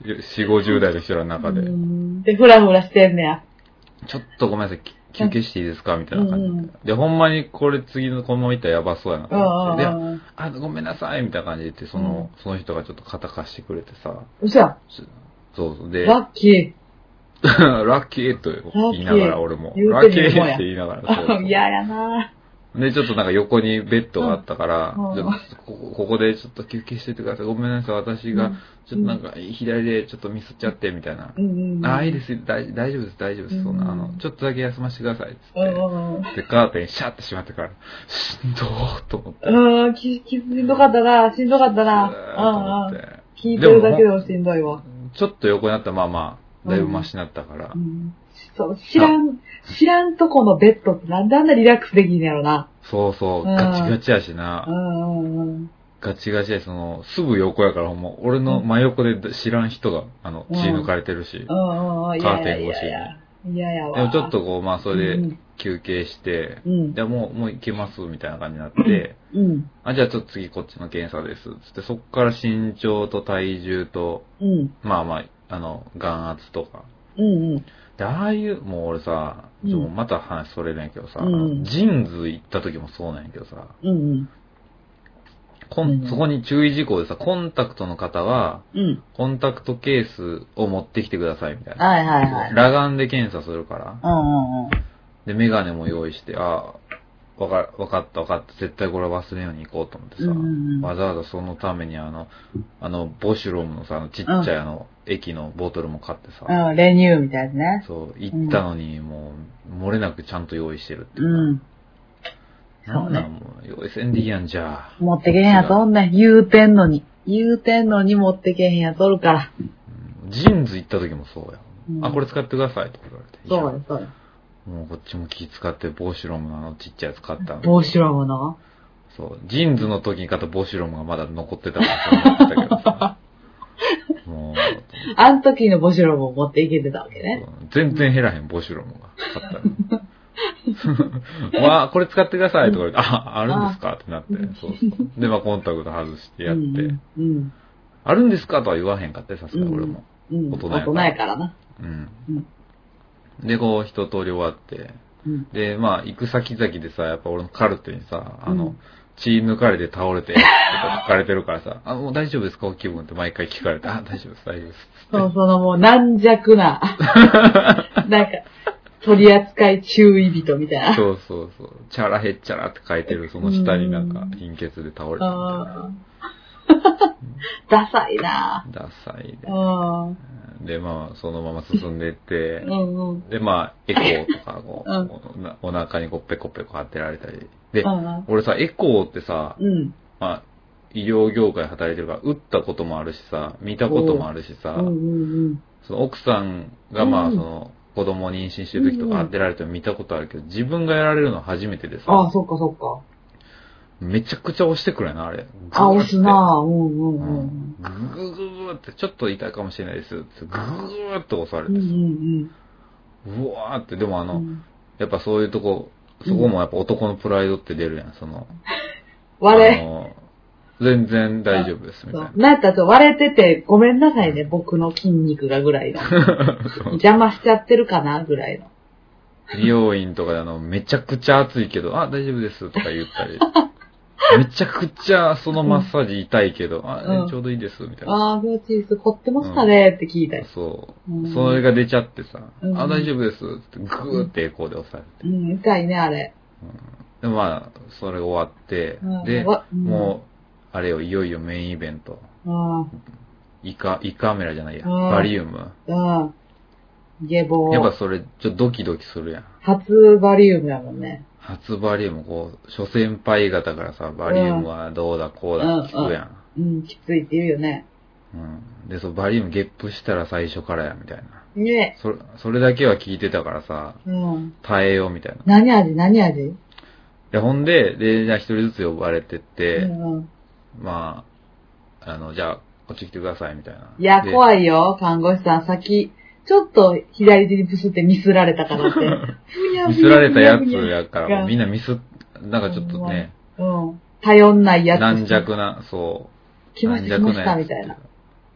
4、50代の人らの中で、うんで、ふらふらしてんねや。ちょっとごめんなさい、き休憩していいですかみたいなうんう感んじで。で、ほんまにこれ次のこのまま行ったらやばそうやなとうん思って。でうんうん。あ、ごめんなさい、みたいな感じで言って、その、その人がちょっと肩貸してくれてさ、嘘や。すそうそう、で、ラッキ ラッキーと言いながら俺も、ララッッキキーー言うてみるもんやって言いなが ら、そうそー。う嫌やなで、ちょっとなんか横にベッドがあったから、うんちょっとここここでちょっと休憩しててください。ごめんなさい、私うがん、ちょっとなんか左でちょっとミスっちゃって、みたいな。うんうんうん。あ、いいです、大大丈夫です、大丈夫でうす。んそんな、あの、ちょっとだけ休ませてください、つうんっうんうん。て。で、カーテンシャってしまってから、しんどーっと思って。うん、き、き、しんどかったな、しんどかったな。うーっうんとうん。思って。聞いてるだけでもしんどいわ。ちょっと横になったまあまあ、だいぶマシになったからう。ん。そう、知らん、知らんとこのベッドってなんであんなリラックスできんねやろな。そうそう、うんガチガチやしうな。んうんうん。ガチガチやし、その、すぐ横やから、ほんま、俺の真横で知らん人が、あの、うん血抜かれてるし。うんうんうん。いやいやいやいや。いやいやわ。でもちょっとこう、まあ、それうでん休憩して、うん。でもう、もう行けます、みたいな感じになって、うん。あ、じゃあちょっと次こっちの検査です。つって、そっから身長と体重と、うん。まあまあ、あの、眼圧とか。うんうん。で、ああいう、もう俺さ、うんちょっとまた話それるんやけどさ、うんあのジーンズ行った時もそうなんやけどさ、うんこうんんそこに注意事項でさ、コンタクトの方は、うん。うん。コンタクトケースを持ってきてくださいみたいな。はいはいはい。裸眼で検査するから。うんうんうん。で、メガネも用意して、ああ、わか、わかったわかった。絶対これ忘れんように行こうと思ってさ。うんうんうんわざわざそのためにあの、あの、ボシュロムのさ、あのちっちゃいあの、液のボトルも買ってさ。うん、レニューみたいなね。そう、行ったのに、もう、漏れなくちゃんと用意してるっていううか。ん。なんなんもう、用意せんでいいやんじゃあ。持ってけへんやつおんねん。言うてんのに。言うてんのに持ってけへんやつおるから。ジーンズ行った時もそうや。うんあ、これ使ってくださいとか言われて。そうです、そうです。もうこっちも気使って、ボーシュロムのあのちっちゃいやつ買ったの帽子ロゴのそう。ジーンズの時に買ったボーシュロムがまだ残ってたからそう思ってたけどさ。もう、あん時の帽子ロゴを持っていけてたわけね。全然減らへん、ボーシュロムが。買 ったの。わあ、これ使ってくださいとか言って、あ、あるんですかってなって。そうそう。で、まあコンタクト外してやって、うん。あるんですかとは言わへんかったよさすがに俺も。うん。大人大やから人やからな。うん。で、こう一通り終わって、 うん。で、まあ、行く先々でさ、やっぱ俺のカルテにさ、あうのん、血抜かれて倒れて、とか書かれてるからさ、あ、もう大丈夫ですかお気分って毎回聞かれて、あ、大丈夫です、大丈夫です。そう、そのもう軟弱 な、なんか、取り扱い注意人みたいな。そうそうそう。チャラヘッチャラって書いてる、その下になんかうん貧血で倒れてあー ダサいなダサいぁ。うん。で。で、まあ、そのまま進んでってう、んうん。で、まあ、エコーとかこう うんおなお腹にこうペコペコ当てられたり。でう、ん俺さ、エコーってさ、うん。まあ、医療業界働いてるから、打ったこともあるしさ、見たこともあるしさ、うんうんその奥さんがまあ、うんその、子供を妊娠してる時とうんうかん当てられても見たことあるけど、自分がやられるの初めてでああ、さ、そっかそっか。めちゃくちゃ押してくるやな、あれ。あ、押すぁ。なぁ。うんううんうんん。グーグーグーグーって、ちょっと痛いかもしれないです。グーグーって押されうんうてさ、んうわーって、でもあうの、ん。やっぱそういうとこ、そこもやっぱ男のプライドって出るやん、その、割あれ、の全然大丈夫です、みたいそうな。なんやったらちょっと割れてて、ごめんなさ いね、僕の筋肉がぐらいの。そう邪魔しちゃってるかなぐらいの。美容院とかであの、めちゃくちゃ暑いけど、あ、大丈夫ですとか言ったり。めちゃくちゃそのマッサージ痛いけど、あ、うんちょうどいいです、みたいな。ああ、気持ちいいです。凝ってますかねって聞いたり。そうう。んそれが出ちゃってさ、うんあ、大丈夫ですって、ぐーってエコーで押されて。うん、痛いね、あれ。で、まあ、それ終わって、で、もう、あれよ、いよいよメインイベント。うん。あイカ、イカメラじゃないや、うんバリウム。あ、うん。ゲボやっぱそれ、ちょっとドキドキするやん。初バリウムやもんね。初バリウム、こう、諸先輩方からさ、バリウムはどうだ、こうだ、うん聞くやん。うん、きついって言うよね。うん。で、そう、バリウムゲップしたら最初からや、みたいな。ねそれ、それだけは聞いてたからさ、うん。耐えよう、みたいな。何味何味で、ほんで、で、じゃあ一人ずつ呼ばれてっうて、んうん。まあ、あの、じゃあ、こっち来てください、みたいな。いや、で怖いよ、看護師さん。先、ちょっと左手にプスってミスられたか らって。ふにゃふにゃミスられたやつふにゃふにゃやから、もうみんなミス、なんかちょっとね、うん。頼んないやつ。軟弱な、そう。来ました、来ました、みたいやなつ。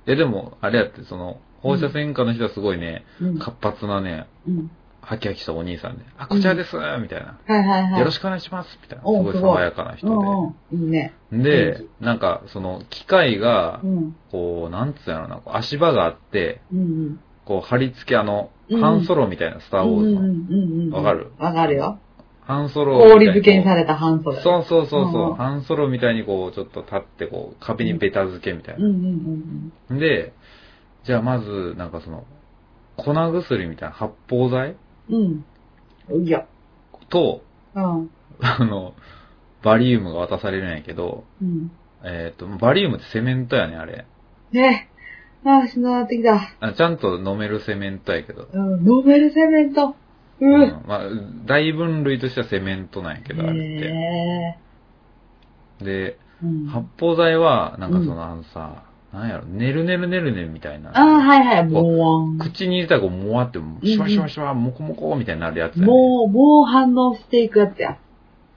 え、でも、あれやって、その、放射線科の人はすごいね、うん。活発なね、うん。ハキハキしたお兄さんで、あ、こちらです、みたいな。はいはいはい。よろししくお願いします、みたいな。すおごいすごい爽やかな人うんうん。いいね。で。うで、なんか、その、機械がう、ん。こう、なんつうのな、こう足場があって、うんうん。こう、貼り付け、あの、うん半ソロみたいな、スター・ウォーズうんの。うんうんうん。わかるわかるよ。半ソロみたいな。氷漬けにされた半袖。そうそうそううんそうう、んハンソロみたいにこう、ちょっと立って、こう、壁にベタ付けみたいうんな。うんうんで、じゃあまず、なんかその、粉薬みたいな発泡剤うん。うん。いいよ。と、うん。あの、バリウムが渡されるんやけど、うん。えっ、と、バリウムってセメントやね、あれ。ねえ。ああ、しんどなってきた。あちゃんと飲めるセメントやけど。うん。ノーベルセメント。う。うんまあ、大分類としてはセメントなんやけど、あれへって。で、え。うん発泡剤は、なんかその、あのさ、なんやろ、ねるねるねるねみたいな。ああ、はいはい。もう、口に入れたらこう、もわって、シュワシュワシュワ、もこもこみたいになるやつやね、もう、もう反応していくやつや。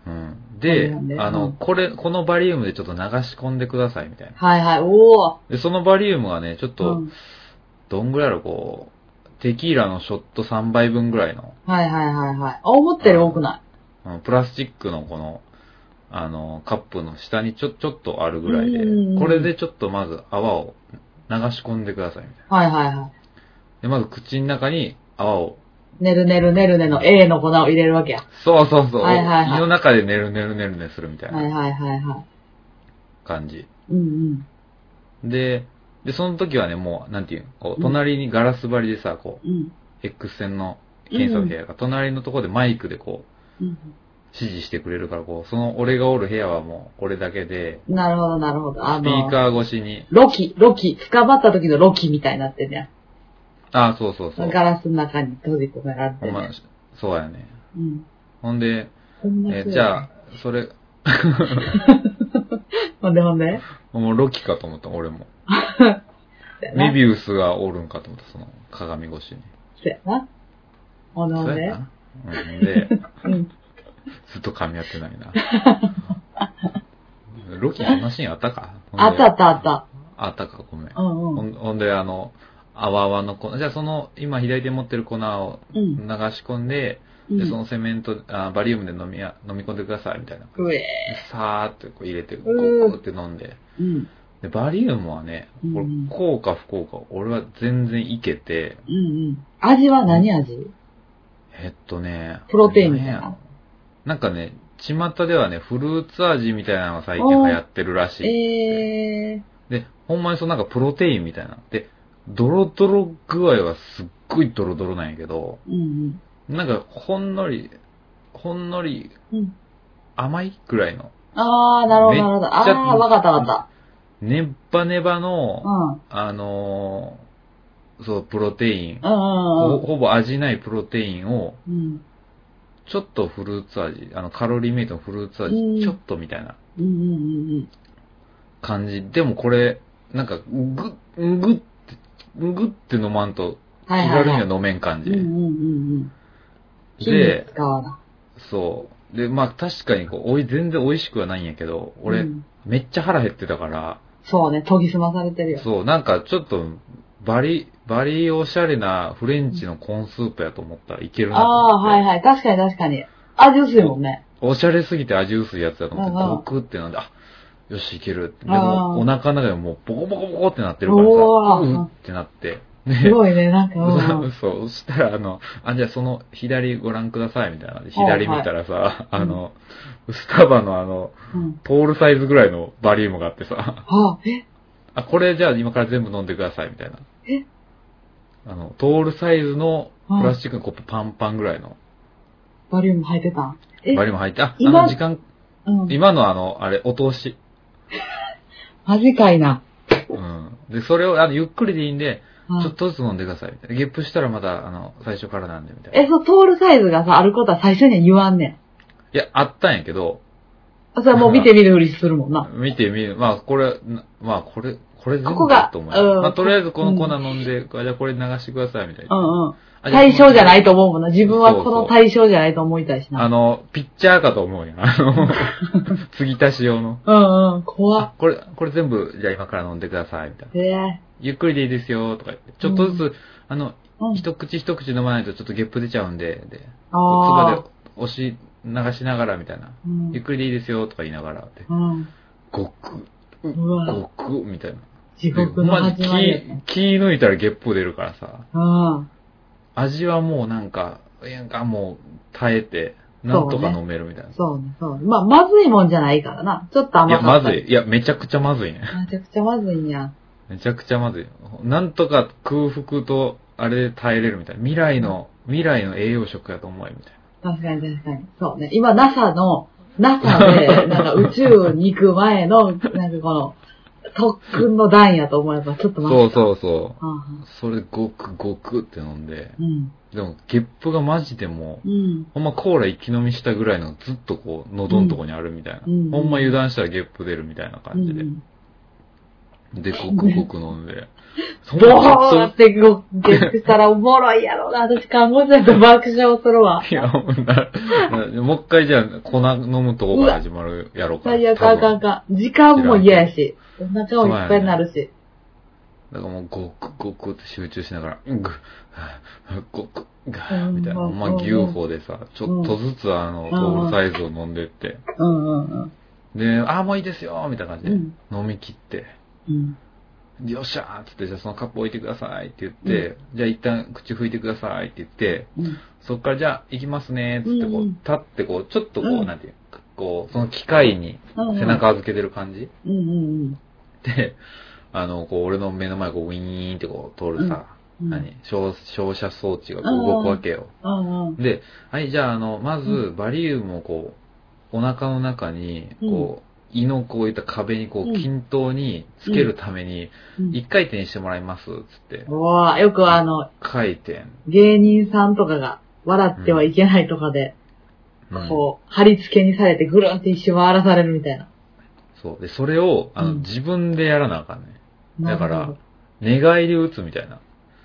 うん。そうでなんだ、よあうの、んこれ、このバリウムでちょっと流し込んでください、みたいな。はいはい。おお。で、そのバリウムがね、ちょっうと、んどんぐらいやろ、こう、テキーラのショット3杯分ぐらいの、はいはいはいはい。あ、思ったより多くなうんプラスチックのこの、あの、カップの下にちょ、ちょっとあるぐらいでうん、これでちょっとまず泡を流し込んでください、みたいな。い。はいはいはで、まず口の中に泡を、い。ねるねるねるねの A の粉を入れるわけや。そうそうそう、はいはいはい胃の中で寝る寝る寝る寝するみたいはいなはいはいは感じ。い。うんで、で、その時はね、もう、なんていうのこうう、ん隣にガラス張りでさ、こうん。うん。う、X 線の検査の部屋が、隣のところでマイクでこう、うん。指示してくれるから、こう、その俺がおる部屋はもう、俺だけで、なるほどなるほど。あスピーの、カー越しに、ロキ、ロキ、捕まった時のロキみたいになってんねああ、そうそうそう。ガラスの中に閉じ込められてほんまね。、そうやね。うん。ほんで、ほんまそうえやねじゃあ、それ、ほんでほんでもうロキかと思った、俺も。メュー。ビウスがおるんかと思った、その、鏡越しに。そうやな。ほんでほそんうでやな。うん、 で、うん。ずっと噛み合ってない な。ロキそんなシーンあったかあったあったあった。あったか、ごめん。うんうほん。んほんで、あの、泡泡の粉、じゃあその、今左手持ってる粉をう流ん。し込んで、うでそん。のセメント、あバリウムで飲みや飲み込んでください、みたいな。うえさーっとこう入れて、こうんうこうって飲んで。ー。うん。で、バリウムはね、これうん効果不効果、俺は全然いけて、うんうん。味は何味えっとね、プロテインみたいなんなやろなんかね、巷ではね、フルーツ味みたいなのが最近流行ってるらしい。えー。で、ほんまにそのなんかプロテインみたいな。で、ドロドロ具合はすっごいドロドロなんやけど、うんなんかほんのり、ほんのりうん。うん。甘いくらいの、あー、なるほどなるほど。めっちゃあー、わかったわかネッバネバっの、た。あのーそう、プロテイン、うん。うんうんほうん。ほぼ味ないプロテインを、うん。ちょっとフルーツ味、あの、カロリーメイトのフルーツ味、うんちょっとみたいなうんうんうんうん。感じ。でもこれ、なんか、ぐ、ぐって、ぐって飲まんと、気はいはい軽にはい。は飲めん感うじ。んうんうんうん。筋で肉、使わな。そう。で、まあ確かにこう、おい、全然美味しくはないんやけど、俺、うんめっちゃ腹減ってたから、そうね、研ぎ澄まされてるよ。そう、なんかちょっと、バリ、バリおしゃれなフレンチのコーンスープやと思ったらいけるなあと思っあ、て。はいはい。確かに確かに。味薄いもんね。おしゃれすぎて味薄いやつだと思って、うんうんボクってなんで、あ、よし、いけるって。であも、ーお腹の中でもうボコボコボコってなってるからさ、おーうんってなって。すごいね、なんか。 うんそう、そしたら、あの、あ、じゃあその左ご覧くださいみたいなので左見たらさ、はいあの、スタバのあの、うん。ポールサイズぐらいのバリウムがあってさ、あ、え、あ、これじゃあ今から全部飲んでくださいみたいな。えあの、トールサイズのプラスチックのコップパンパンぐらいのバリウム入ってたんえ、バリウム入って、あ、あ今の時間、うん。今のあの、あれ、お通し。マジかいな。うん。で、それを、あの、ゆっくりでいいんで、うんちょっとずつ飲んでくださいみたいな。ゲップしたらまた、あの、最初からなんでみたいな。え、そう、トールサイズがさ、あることは最初には言わんねん。いや、あったんやけど、あ、それはもう見て見るふりするもんな。見てみる。まあ、これ、なまあ、これ、これ全ここ部がだと思います。うんまあ、とりあえずこの粉飲んで、あじゃあこれ流してください、みたいな。うんうん。あ対象じゃない。ゃと思うもんな。自分はこそうそのう対象じゃないと思いたいしああな。の、ピッチャーかと思うよ。あ の、継ぎ足し用の。うんうん。怖っあ、これ、これ全部、じゃあ今から飲んでください、みたいな。ええゆっくりでいいですよ、とか言って。ちょっとずつ、あの、うん。一口一口飲まないとちょっとゲップ出ちゃうんで、で、あ唾で。あ押し、流しながらみたいな。うんゆっくりでいいですよ、とか言いながら。でうん。ごく、うわ、ごく、みたいな。地獄のま始まりやね。気、気抜いたらゲップ出るからさ。うん。味はもうなんか、いやがもう耐えて、なんとか飲めるみたいな。そうね、そうね。まあ、まずいもんじゃないからな。ちょっとい甘や、かまった。ずい。いや、めちゃくちゃまずいね。めちゃくちゃまずいんや。めちゃくちゃまずい。なんとか空腹と、あれで耐えれるみたいな。未来の、未来の栄養食やと思え、みたい確かに確かに。そうね。今 NASA の、NASA で、なんか宇宙に行く前の、なんかこの、特訓の段やと思えば、ちょっとな。待って。そうそうそああう。それごくごくって飲んで。うん。でも、ゲップがマジでもう、うん。ほんまコーラ一気飲みしたぐらいのずっとこう、喉のとこにあるみたいな。うんうんほんま油断したらゲップ出るみたいなう感じで。ん。で、ごくごく飲ん で。そんボなーってこうゲップしたらおもろいやろな。私看護師だと爆笑するわ。いや、もうな、なもう一回じゃあ、粉飲むとこから始まるやろうから。最悪あかんあ多分かん。時間も嫌やし、お腹もいっぱいになるし。だからもう、ごくごくって集中しながら、うんぐ、はあごく、がうあ、んみたいな。ほんまうん牛歩でさ、ちょっとずつあの、トールサイズを飲んでって。うんうんで、あーもういいですよみたいな感じで、うん飲み切って。うん。よっしゃーっつって、じゃあそのカップ置いてくださいって言って、じゃあ一旦口拭いてくださいって言って、うん。そっからじゃあ行きますねーっつってこうんうう、ん立ってこう、ちょっとこうう、んなんていうか、こう、その機械にうん背中預けてる感じ、うんうんで、あの、こう、俺の目の前、こう、ウィーンってこう、通るさ、うん。何照、照射装置がこう動くわけよ。うんうん。で、はい、じゃあ、あの、まうず、バリウムをこう、お腹の中に、こう、胃のこういった壁にこうう、ん均等につけるために、うん一回転にしてもらいます、つって。おー、よくあの、回転。芸人さんとかが笑ってはいけないとかで、うんこう、貼り付けにされてぐるんって一周回らされるみたいな。そう。で、それを、あうの、ん自分でやらなあかんね。だかなるら、寝返り打つみたいな。ほどは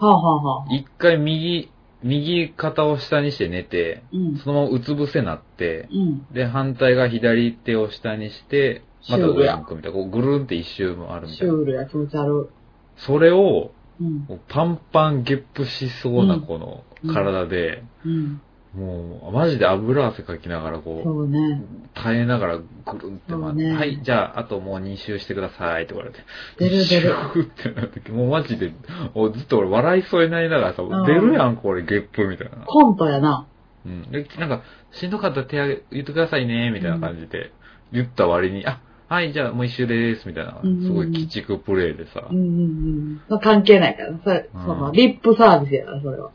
あ、はあはあ、一回右、右肩を下にして寝て、うん。そのままうつ伏せなって、うん。で、反対が左手を下にして、またシュール上やに向くみたいな、こうぐるんって一周もあるみシたいな。ュールや気持ち悪それを、い。うん。もうパンパンゲップしそううなんこの体で、うん。もう、マジで油汗かきながらこそうね。う、耐えながらぐるんってそう回って、ねはい、じゃあ、あともう2周してくださいって言われて、出る出る2周ってなって、もうマジで、もうずっと俺笑いそうになりながらさ、ん出るやん、これゲップみたいな。コントやな。うん。で、なんか、しんどかったら手挙げ、言ってくださいね、みたいな感じで、言った割に、あ、はい、じゃあもう一周でーす、みたいな、うんうんうんすごい鬼畜プレイでさ、うんうんうん。関係ないから。それ、うそんの、リップサービスやから、それは。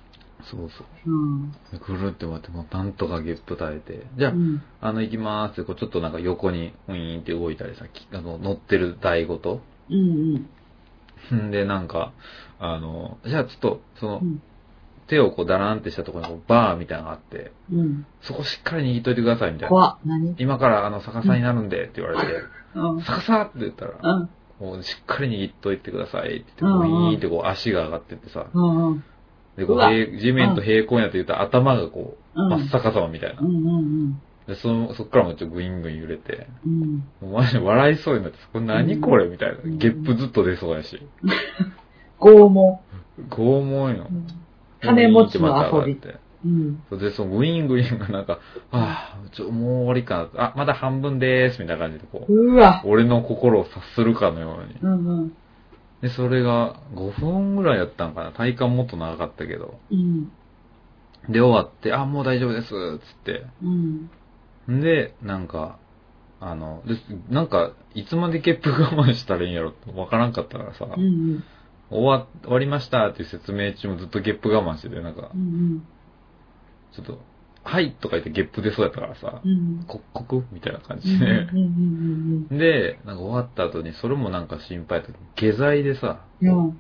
そうそううん。で。ぐるって回って、もうなんとかゲップ耐えて、じゃうあ、ん。あの、行きまーすって、こう、ちょっとなんか横に、ウィーンって動いたりさ、きあの、乗ってる台ごと。うんうん。んで、なんか、あの、じゃあちょっと、その、うん手をこう、だらんってしたところにこう、バーみたいなのがあって、うん。そこしっかり握っといてください、みたいな。怖っ。何今から、あの、逆さになるんで、って言われて、うん。うん。逆さって言ったら、もうしっかり握っといてくださいって言うんって、うウんィーンってこう足が上がってってさ、うんうん。で、こううわ平地面と平行になって言ったら頭がこう、うん真っ逆さまみたいなう。んうんで、その、そっからもちょっとグイングイン揺れて、うん。うもん。うマジで笑いそうになって、これ何これみたいな。うんゲップずっと出そうやし。拷問。拷問よう。ん金持ちの遊びってまた上がって。うん。そうで、そのウィングウィンがなんか、ああ、ちょ、もう終わりかな。あ、まだ半分でーす、みたいな感じでこう。うわ。俺の心を察するかのように。うんうん。で、それが5分ぐらいやったんかな。体感もっと長かったけど。うん。で、終わって、あ、もう大丈夫です、つって。うん。んで、なんか、あの、でなんか、いつまで潔白我慢したらいいんやろってわからんかったからさ、うんうん。終わ、終わりましたっていう説明中もずっとゲップ我慢してて、なんかう、んちょっと、はいとか言ってゲップ出そうやったからさうん。う、ん。こ、こくみたいな感うじんで。うんうんで、なんか終わった後に、それもなんか心配やったけど下剤でさ、うんうん。うん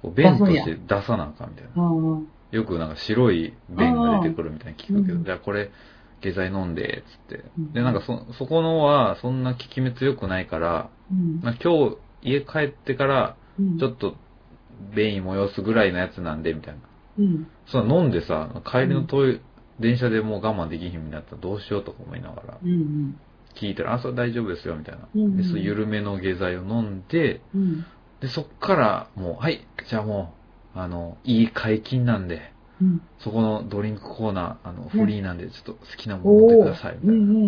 こう弁として出さなあかんみたいな。うんうん。よくなんか白い弁が出てくるみたいなの聞くけあど、ーじゃあこれ、下剤飲んで、つって。うんで、なんかそ、そこのは、そんな効き目強くないから、うんまあ、今日、家帰ってから、うんちょっと、便意催すぐらいのやつなんで、みたいな。うん。その飲んでさ、帰りの遠い、電車でもう我慢できひんみたいになったらどうしようとか思いながら、うんうん。聞いたら、あ、それ大丈夫ですよ、みたいな。うんうんで、そう緩めの下剤を飲んで、うん。で、そっから、もう、はい、じゃあもう、あの、いい解禁なんで、うん。そこのドリンクコーナー、あの、うんフリーなんで、ちょっと好きなもの持っておくーださい、みたうんういな。んう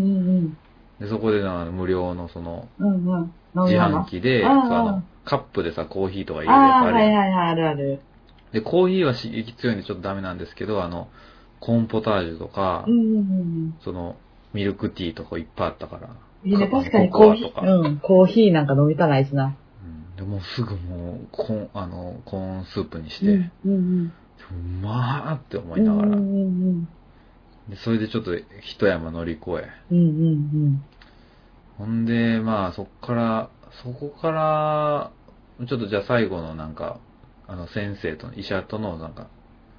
んで、そこでな、無料のその、うん。うんうん。自販機機で、あそーうあーあの、カップでさ、コーヒーとか入れるやあつああー、るはやんいはいはい、あるある。で、コーヒーは刺激強いんでちょっとダメなんですけど、あの、コーンポタージュとか、うんうんうんその、ミルクティーとかいっぱいあったから。うん。いいね、カップ確かにコーヒココアとー、かうん、コーヒーなんか飲みたないしな。うん、でもうすぐもう、コーン、あの、コーンスープにしうて、うんうんまーって思ういん。ながら。うんうんでそれでちょっと一山乗り越え。うん。うんうんほんで、まあそっから、そこから、ちょっとじゃあ最後のなんか、あの先生と、医者とのなんか、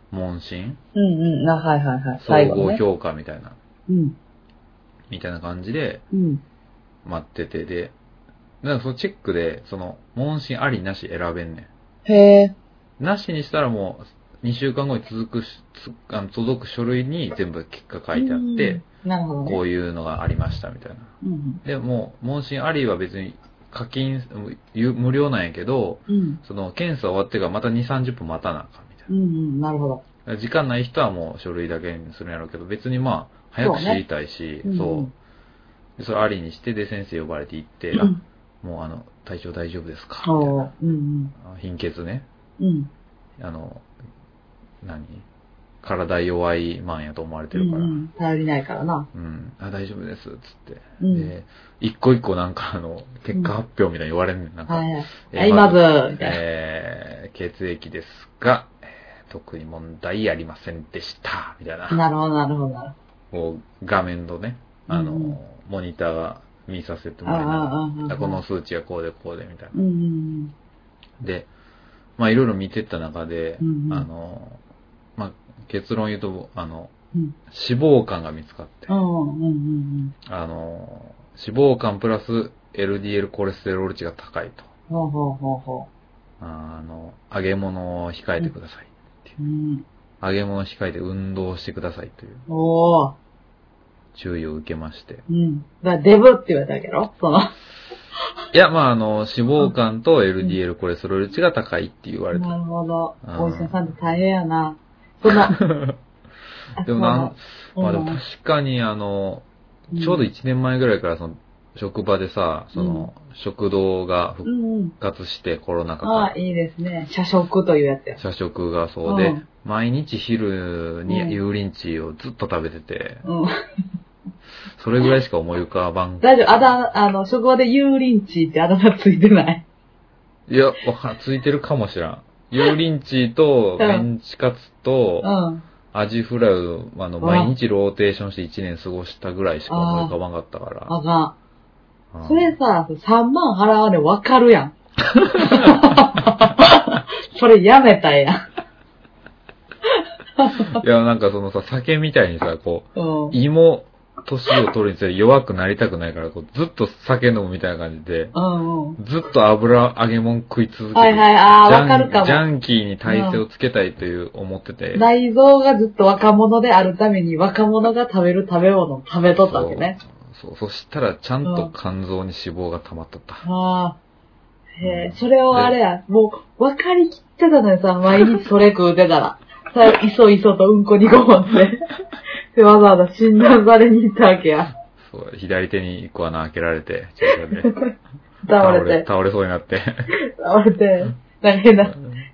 問診うん。うんうん。あ、はいはいはい。総最後合ね。評価みたいな、うん。みたいな感じで、うん。待ってて、で、なんかそのチェックで、その、問診ありなし選べんねへえ。ん。なしにしたらもう、2週間後に続くし、つあの届く書類に全部結果書いてあって、うん。なるほどね。こういうのがありましたみたいな。うんで、もう、問診ありは別に課金、無無料なんやけど、うん。その、検査終わってからまた2、30分待たなあかんみたいうんうん。なるほど。な。時間ない人はもう書類だけにするんやろうけど、別にまあ、早く知りたいし、そうねうんうそんう。でそれありにして、で、先生呼ばれて行って、あうん。もうあの、体調大丈夫ですかみたいおなーうんあ貧血ね。うん。うん。あの、何体弱いマンやと思われてうるから。うんん。頼りないからな。あ、大丈夫です、つって。うん。で、一個一個なんかあの、結果発表みたいに言われんねん。なんか、はいはい。えーはい、まず、みたいな。えー血液ですが、えー特に問題ありませんでした、みたいな。なるほど、なるほど、なるほこう画面のね、あの、うんモニターが見させてど。もらいながああ、あら、あ。この数値がこうでこうで、みたいなう。んうんで、まあいろいろ見てった中で、うんうんあの、まあ結論言うと、あの、うん脂肪肝が見つかって、うん。うんうんうんあの、脂肪肝プラス LDL コレステロール値が高いと。うん。ほうほうほうほあの、揚げ物を控えてください。う。うん。揚げ物を控えて運動をしてくださいというおー。注意を受けまして。うん。だからデブって言われたわけどその。いや、まああの、脂肪肝と LDL コレステロール値が高いって言われて。なるほど。うんお医者さんって大変やな。そんな。 でもなん、そうまあでなもんだ確かにあの、うんちょうど1年前ぐらいから、その、職場でさ、その、食堂がう復んうん。活して、コロナ禍あかあ、いいですね。社食というやつやら、。社食がそうでうん、毎日昼うんに油淋鶏をずっと食べてて、うん。それぐらいしか思い浮かばん。大丈夫。あだ、あの、職場で油淋鶏ってあだ名ついてない。いや、わかんついてるかもしらん。油淋鶏と、うんメンチカツうと、ん。アジフライを、あの、うん毎日ローテーションして1年過ごしたぐらいしか思い浮かばんかったかあから。うんん。それさ、3万払わねわか るやん。それやめたやん。いや、なんかそのさ、酒みたいにさ、こう、うん。胃も年を取るにつれ弱くなりたくないから、こうずっと酒飲むみたいな感じで、うんうん。ずっと油揚げ物食い続けて、はいはい、ああ、ジャわンかるかジも。ャンキーに体勢をつけたいという思ってて、内臓がずっと若者であるために若者が食べる食べ物を食べとったわけね。そう、そうそしたらちゃんと肝臓に脂肪が溜まっとった。ああ。へえ、それをあれや、もう、分かりきってたのよさ、毎日それ食うてたら。 さあ、いそいそとうんこにご本 って。で、わざわざ診断されに行ったわけや。そう、左手に一個穴開けられ て、駐車で倒れて、倒れそうにな って。倒れて、なんか変な、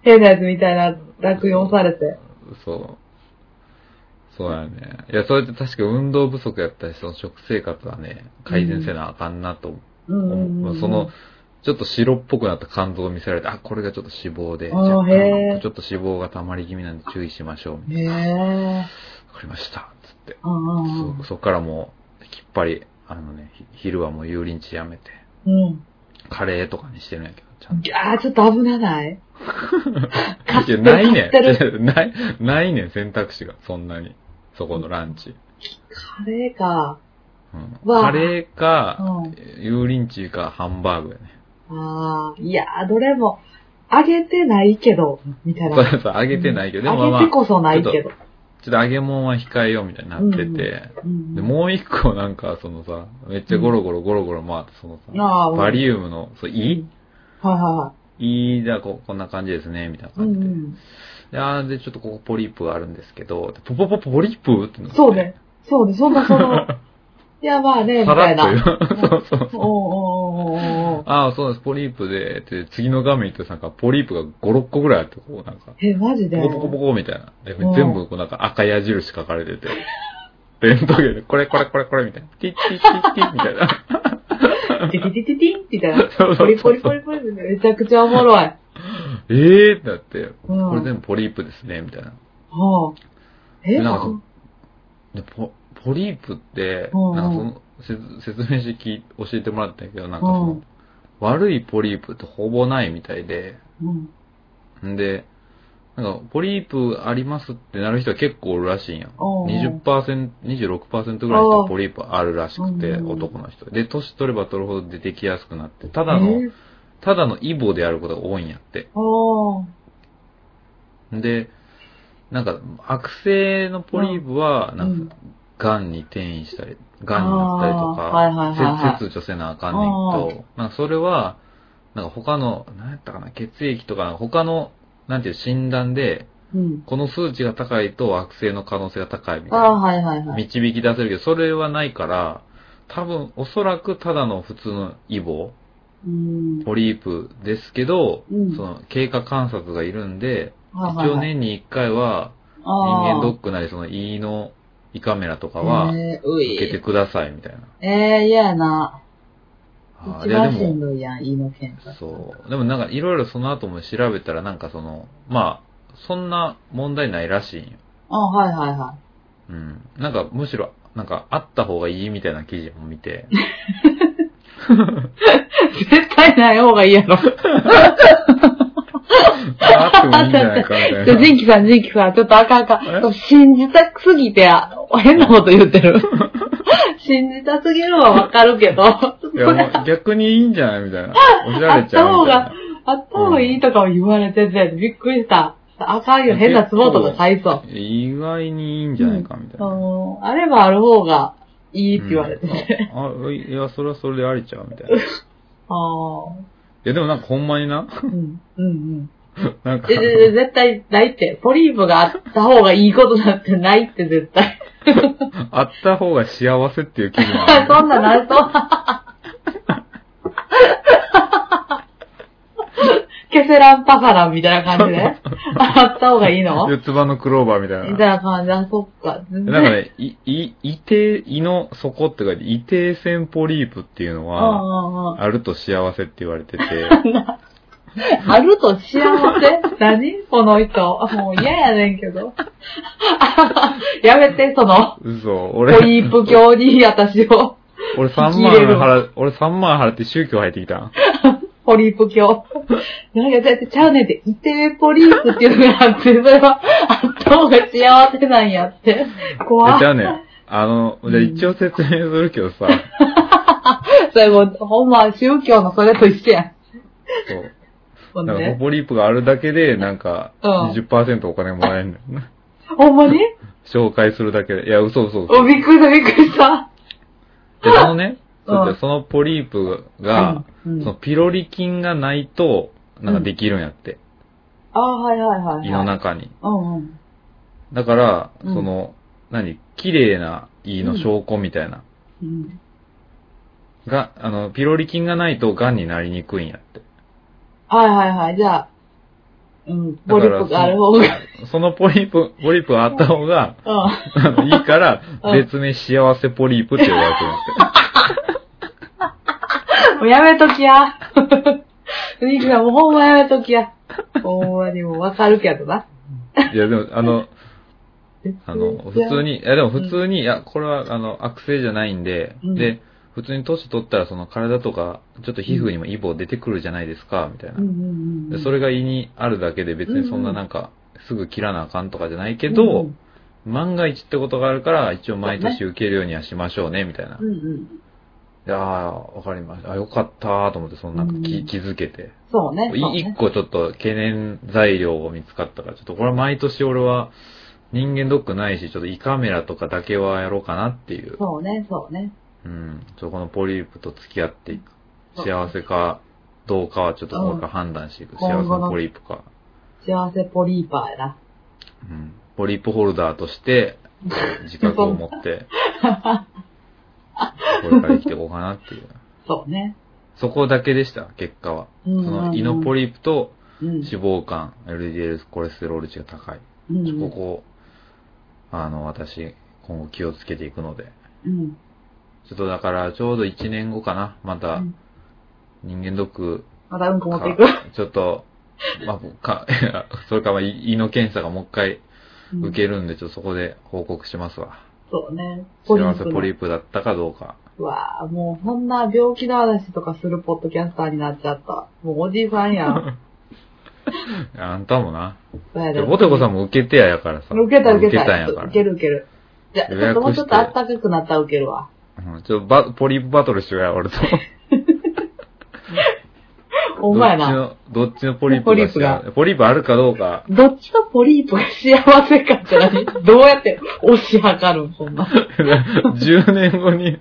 変なやつみたいな落用されて。そう。そうやね。いや、それって確か運動不足やったし、その食生活はね、改善せなあかんなと思うんう。うんうん。その、、ちょっと白っぽくなった肝臓を見せられて、あ、これがちょっと脂肪で、あー若へ干ーちょっと脂肪が溜まり気味なんで注意しましょう。へえ。わかりました。つって。うんうんうそんそっからもう、きっぱり、あのね、ひ昼はもう油淋鶏やめて、うん。カレーとかにしてるんやけど、ちゃんと。いやー、ちょっと危なない買っていやるないね買ってん。 ない、ないねん、選択肢が。そんなに。そこのランチ。カレーか。うんわあカレーか、うん。油淋鶏かハンバーグやね。ああ、いやー、どれも、揚げてないけど、みたいそうな。そう、揚げてないけど、でもま揚あまあ、げてちょこそないけど。っと揚げ物は控えようみたいになってて、うんうんで、もう一個なんか、そのさ、めっちゃゴロゴロゴロゴロ回って、そのさ、ああ、バリウムの、そう、いいはいはいはいいだ、ここんな感じですね、みたいな。う感じんで。うん。で、あーで、ちょっとここポリープがあるんですけど、でポポポポポリープってなってそうね。そうね、そんな その、いや、まあね、みさたらいっとな。言う。そうそうおそうおうおうおうおうああ、そうです、ポリープで、で、次の画面行ってなんか、ポリープが5、6個ぐらいあって、こう、なんか、え、マジでボコボコボコみたいな。でうん全部こうなんか赤矢印書かれ てて。レントゲンで、これこれこれこれみたいな。ティッティッティッティッみたいな。ティティティティンみたいな。そう ポそうリそポうリポリポリポリめちゃくちゃおもろい。ええーってなって、うん。これ全部ポリープですね、みたいな。はあ。え、でなんかうんでポポリープって、うんうんなんかその説説明してき教えてもらったんやけど、なんかその、うん悪いポリープってほぼないみたいで、うん。んで、なんか、ポリープありますってなる人は結構おるらしいんや。おう20%、26%ぐらいの人はポリープあるらしくて、おう男の人。で、年取れば取るほど出てきやすくなって、たただの、ただのイボであることが多いんやって。あで、なんか、悪性のポリープは、んなんか、癌に転移したり、癌になったりとあーはいはいはいはかい、切切除せなあかんねんけど、なんかそれは、なんか他の、なんやったかな、血液とか、他の、なんていう診断で、あ。うん。この数値が高いと悪性の可能性が高いみたいあなあ、。はいはいはい。導き出せるけど、それはないから、多分、おそらくただの普通のイボ、うん。ポリープですけど、うんその経過観察がいるんで、はいはい一応はい年に1回は、人間ドックなり、その胃の胃カメラとかは、えー、う受けてい。くださいみたいな。えー、嫌やな。あー一いや番でしんも、どいやん、胃の検査。そう。でもなんか、いろいろその後も調べたら、なんかその、まあ、そんな問題ないらしいんよ。あはいはいはうん。なんか、むしろ、なんか、あった方がいいみたいな記事も見 て、い。絶対ない方がいいや ろ。あってもいいんじゃないかみ たいちょ、な。ジンキさん、ジンキさん、ちょっとあかんあかん。信じたすぎて、あ変なこと言ってる。信じたすぎるはわかるけ ど、あいや、もう逆にいいんじゃないみ たいな。おしゃれちゃうみたいな。った方がいいとかも言われてて、びっくりした。あかんよ、変なツボとか買いそう。意外にいいんじゃないかみたいな。うんあればある方がいいって言われて。うんあ、いや、それはそれでありちゃうみたい な。いああ。や、でもなんかほんまに な、うん。うん うん。なんかえ、、え絶対ないって。ポリープがあった方がいいことなんてないって絶対。あった方が幸せっていう気分もある そんなな いと。ケセランパサランみたいな感 じで。あった方がいいの四つ葉のクローバーみたいみな。たいな感じ。あ、そっか。全なんか然。ね、い、い、異定、胃の底って書いて、異定線ポリープっていうのうんは、うんうんあると幸せって言われ てて、あると 幸せ何この人。もう嫌やねんけ ど。やめて、その。嘘、ポ俺、リープ教に私を、俺3引き入れる万払、俺3万払って宗教入ってきたん。ポリープ 教。なんかだってちゃうねんって、イテポリープっていうの があって、それはあった方が幸せなんやって。怖えっじゃあね、あの、じゃあ一応説明するけどさ、それもうほんま宗教のそれと一緒やん。そほう。んなんかでポ。ポリープがあるだけで、なんか、うん20%お金もらえるんだよな。 ほんまに紹介するだけで。いや、嘘嘘嘘。お、びっくりした、びっくりした。で、そのね、そうじゃあそのポリープが、うん、うんそのピロリ菌がないと、なんかできるんやって。ああ、はいはいはい、はい。胃の中に。うんうん。だから、うんその、何綺麗な胃の証拠みたいな。うん。が、あの、ピロリ菌がないと癌になりにくいんやって。はいはいはい。じゃあ、うん、ポリップがある方が。そのポリープ、ポリープがあった方が、 うあの いいからう、ん別名幸せポリープって言われてるんですよ。ん。もうやめときや。 ニキさん、もうほんまやめときや。ほんまにもうわかるけどな。 いや、でも、あの、あの、普通に。に、いや、でも普通に、いや、これは、あの、悪性じゃないんで、うんで、普通に年取ったら、その体とか、ちょっと皮膚にもイボ出てくるじゃないですか、みたいうんな。うんうでん。それが胃にあるだけで、別にそんななんか、すぐ切らなあかんとかじゃないけうんど、万が一ってことがあるから、一応毎年受けるようにはしましょうね、みたいなう。んうん。いやー、わかりました。あ、よかったーと思って、そのなんかう気ん気づけて。そうね。そうい一ね個ちょっと懸念材料を見つかったから、ちょっとこれは毎年俺は人間ドックないし、ちょっと胃カメラとかだけはやろうかなっていう。そうね、そうね。うん。ちょっとこのポリープと付き合っていく。そう幸せかどうかはちょっとこれから判断していく。幸今せ後ののポリープか。幸せポリーパーやな。うん。ポリープホルダーとして、自覚を持って、これから生きていこうかなっていう。そうね。そこだけでした、結果は。そその胃のポリープとうん脂肪肝、LDL コレステロール値が高い。うんここを、あの、私、今後気をつけていくので。うん。ちょっとだから、ちょうど1年後かな。まうたん、人間ドックまたうんこ持かっていく。、ちょっと、まあ、か、 いやそれか、まあ、胃胃の検査がもう一回受ける。るんで、ちょっとそこで報告しますわ。そうね。幸せポリーププだったかどうか。の。うわあもうそんな病気の話とかするポッドキャスターになっちゃった。もうおじいさんや ん。あんたもな。そうやでボテコさんも受けてややからさ。受けた受けた。んやから。受ける受ける。じゃあ、予ち約ょっともうちょっとしてあったかくなったら受けるわ。うん、ちょっとバ、ポリープバトルしようや、俺と。お前な。どっちの、どっちのポリープがしようポリープあるかどうか。どっちのポリープが幸せかって 何どうやって押し量るんそん な。10年後に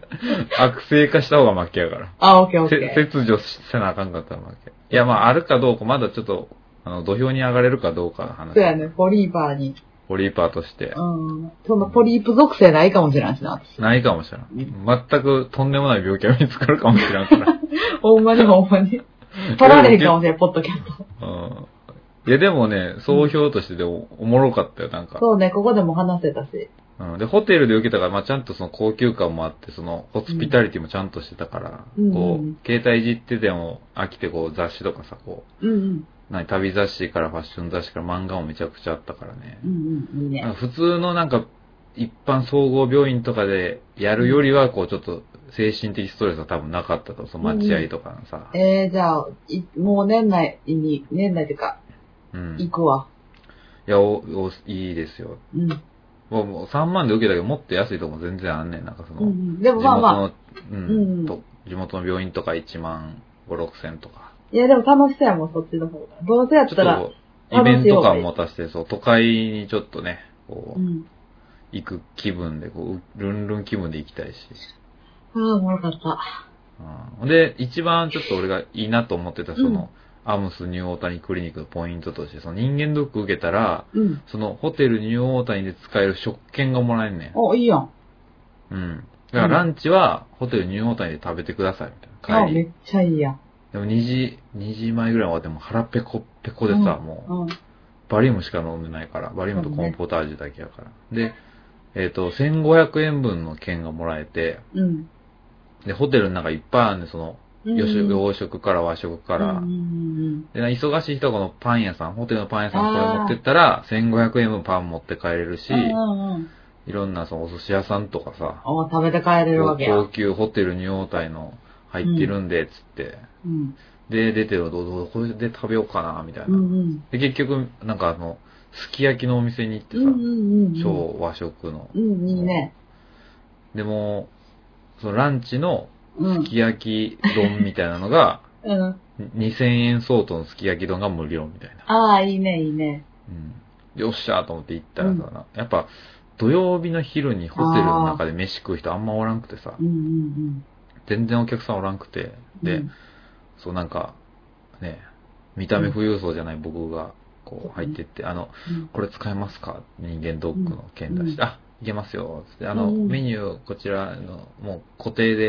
悪性化した方が負けやから。あ、オッケーオッケせー。切除せなあかんかったら負け。いや、まあ、あるかどうか、まだちょっと、あの、土俵に上がれるかどうかの話。そうやね、ポリーパーに。ポリーパーとして。うん。そんなポリープ属性ないかもしれんしな。ないかもしれん。全くとんでもない病気が見つかるかもしれん から。ほんまにほんまに。取られへんかもしれん、ポッドキャスト。うん。いや、でもね、総評としてでおおもろかったよ、なんか。そうね、ここでも話せたし。うん、で、ホテルで受けたから、まあ、ちゃんとその高級感もあって、その、ホスピタリティもちゃんとしてたから、うんこうんう、携帯いじってても飽きて、こう、雑誌とかさ、こうんうん。う、何、旅雑誌からファッション雑誌から漫画もめちゃくちゃあったからねう。んうん、いいなんかね。普通のなんか、一般総合病院とかでやるよりは、こう、ちょっと、精神的ストレスは多分なかったと、その待合とかのさ。えー、じゃあ、いもう年内に、年内っていうか、うん。行いくわ。や、お、お、いいですよ。うん。もうもう3万で受けたけど、もっと安いとこも全然あんねん、なんかその、うんうん。でもまあまあ、地元の、う、うんんと地元の病院とか1万5、6千とか。いやでも楽しそうやもん、そっちの方が。どうせやっちょたら、っと、イベント感も足して、そう、都会にちょっとね、こうう、ん。行く気分で、こうう、ルンルン気分で行きたいし。ああ、おもろかった。うん、で、一番ちょっと俺がいいなと思ってた、その、うんアムスニューオータニクリニックのポイントとして、その人間ドック受けたら、うん。そのホテルニューオータニで使える食券がもらえんねん。お、いいやん。うん。だからランチはホテルニューオータニで食べてください、みたいあな。あ、帰り。めっちゃいいやん。でも2時、2時前ぐらいまでもう腹ペコペコでさ、もう、うん。バリウムしか飲んでないから、バリウムとコーンポタージュだけやから。で、えっ、と、1500円分の券がもらえて、うん。で、ホテルの中いっぱいあるんで、その、うん洋食洋食から和食から、うんうんで、忙しい人はこのパン屋さん、ホテルのパン屋さんこれ持ってったら、1500円分パン持って帰れるしうんう、ん。うんうんうん。いろんなそのお寿司屋さんとかさ、お、食べて帰れるわけや高。級ホテルニューオータニの入ってるんで、つって、うん。で、出てるどうどうこれで食べようかな、みたいな。うんうん。で、結局、なんかあの、すき焼きのお店に行ってうさ、んうんうん。超和食の。うん、いいね。でも、そのランチのうす。んき焼き丼みたいなのが、うん。 2000円相当のすき焼き丼が無料みたいな。ああ、いいね、いいね。うん。よっしゃーと思って行ったらさ、やっぱ、土曜日の昼にホテルの中で飯食う人あんまおらんくてさう、んうん全然お客さんおらんくて、で、うんそうなんか、ね、見た目富裕層じゃない僕が、こう入ってって、あの、うんこれ使えますか人間ドックの件出して、うんあ、いけますよ。つって、あの、うんメニュー、こちらの、もう固定で、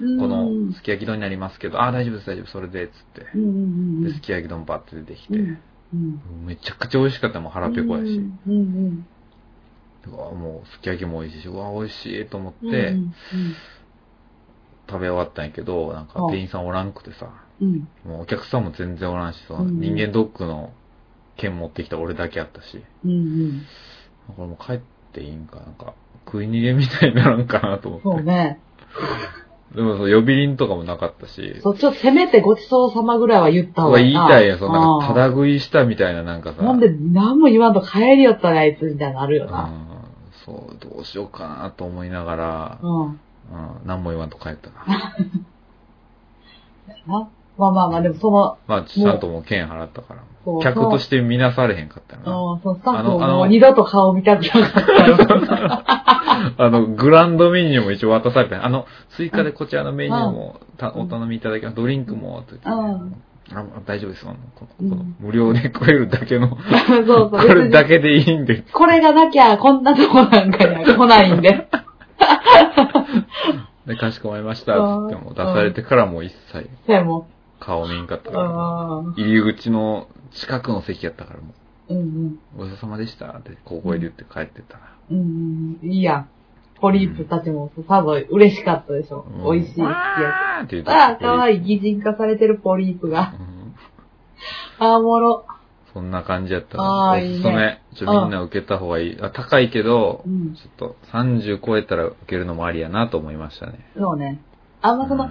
うんこの、すき焼き丼になりますけど、あ、大丈夫です、大丈夫、それで、つって。うんうんうんうで、んすき焼き丼バッて出てきて、うんうん、めちゃくちゃ美味しかった、もう腹ペコやし。うんうんうわもう、すき焼きも美味しいし、うわ、美味しいと思って、うん、うん食べ終わったんやけど、なんかあ店員さんおらんくてさ、うん、もうお客さんも全然おらんし、そのうん人間ドックの券持ってきた俺だけやったし、うん、うん、これもう帰っていいんか、なんか、食い逃げみたいにならんかなと思って。そうね。でもその呼び鈴とかもなかったし、そう、ちょっとせめてごちそうさまぐらいは言ったう方わが言いいいたいやん、そのなんか、あたーだ食いしたみたいななんかさ、なんで、何も言わんと帰りよったらあいつみたいになるような。ん、そう、どうしようかなと思いながら、うん。うん、何も言わんと帰った な。なまあまあまあ、でもその、まあ、ちゃんともう券払ったからそ、う客として見なされへんかったよな。うん、そのスタッフあのあのももう二度と顔見たくなかったよ。あの、グランドメニューも一応渡されて、あの、追加でこちらのメニューもたうんお頼みいただきます。ドリンクも、って言ってうんあ大丈夫ですよ。このこのうん無料で食えるだけの、 こそうそう。別れにだけでいいんで。これがなきゃ、こんなとこなんかには来ないん で。でかしこまりました。っうんて言っても出されてからもう一切そやも顔見んかったう。から。うん。入り口の近くの席やったからもうんう、ごちそうさまでしたって小声で言って帰ってったな。うん。うん。いいやん。ポリープたちも多分嬉しかったでしょ。うん美味しいすき焼わーって言っき。てああ、かわいい。擬人化されてるポリープが。うんああ、おもろ。そんな感じやったあら、ーおすすいいめ。ちょ、みんな受けた方がいい。あ高いけどう、ん。ちょっと30超えたら受けるのもありやなと思いましたね。そうね。あんまその、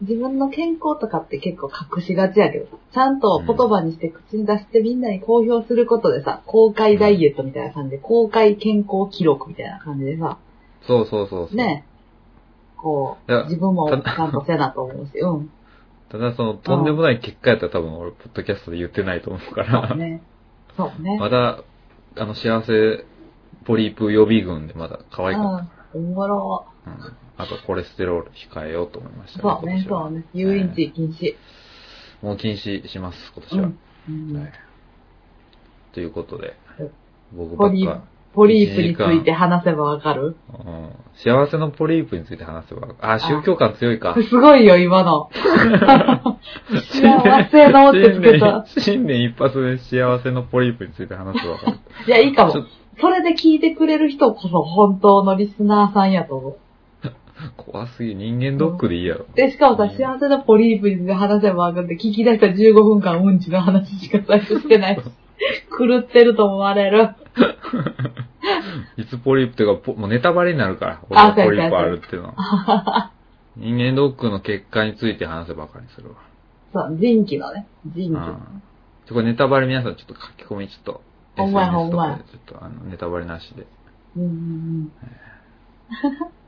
自分の健康とかって結構隠しがちやけどさ、ちゃんと言葉にして口に出してみんなに公表することでさ、公開ダイエットみたいな感じで、公開健康記録みたいな感じでさ、そうそうそうそう。ね、こいやう、自分もたちゃんとせなと思うし、うん。ただその、とんでもない結果やったら多分俺、ポッドキャストで言ってないと思うかそうら、ね。そうね。まだ、あの、幸せ、ポリープ予備軍でまだ可愛かっうん。おもろ。た。うんあと、コレステロール控えようと思いましたそう今ね、年はそうね。遊園地禁止。もう禁止します、今う年は。ん。うんはいということでうん、僕ばポっリか、ポリープについて話せばわかるうん幸せのポリープについて話せば、あ、宗教感強いか。すごいよ、今の。幸せのってつけ新た。年新年一発で幸せのポリープについて話すわ。いや、いいかもちょっ。それで聞いてくれる人こそ本当のリスナーさんやと思う。怖すぎる。人間ドックでいいやろ。で、しかもうさん、幸せなポリープに話せばわかって、聞き出した15分間うんちの話しか最初して ないし、狂ってると思われる。いつポリープっていうか、ポもうネタバレになるから。俺がそうやポリープそうあやるっていうのは。人間ドックの結果について話せばかにするわ。そう、人気のね。人気。うんちょ、これネタバレ皆さんちょっと書き込みちょっと。ほんまや SNS とかほんまやでちょっとあの、ネタバレなしで。うんうん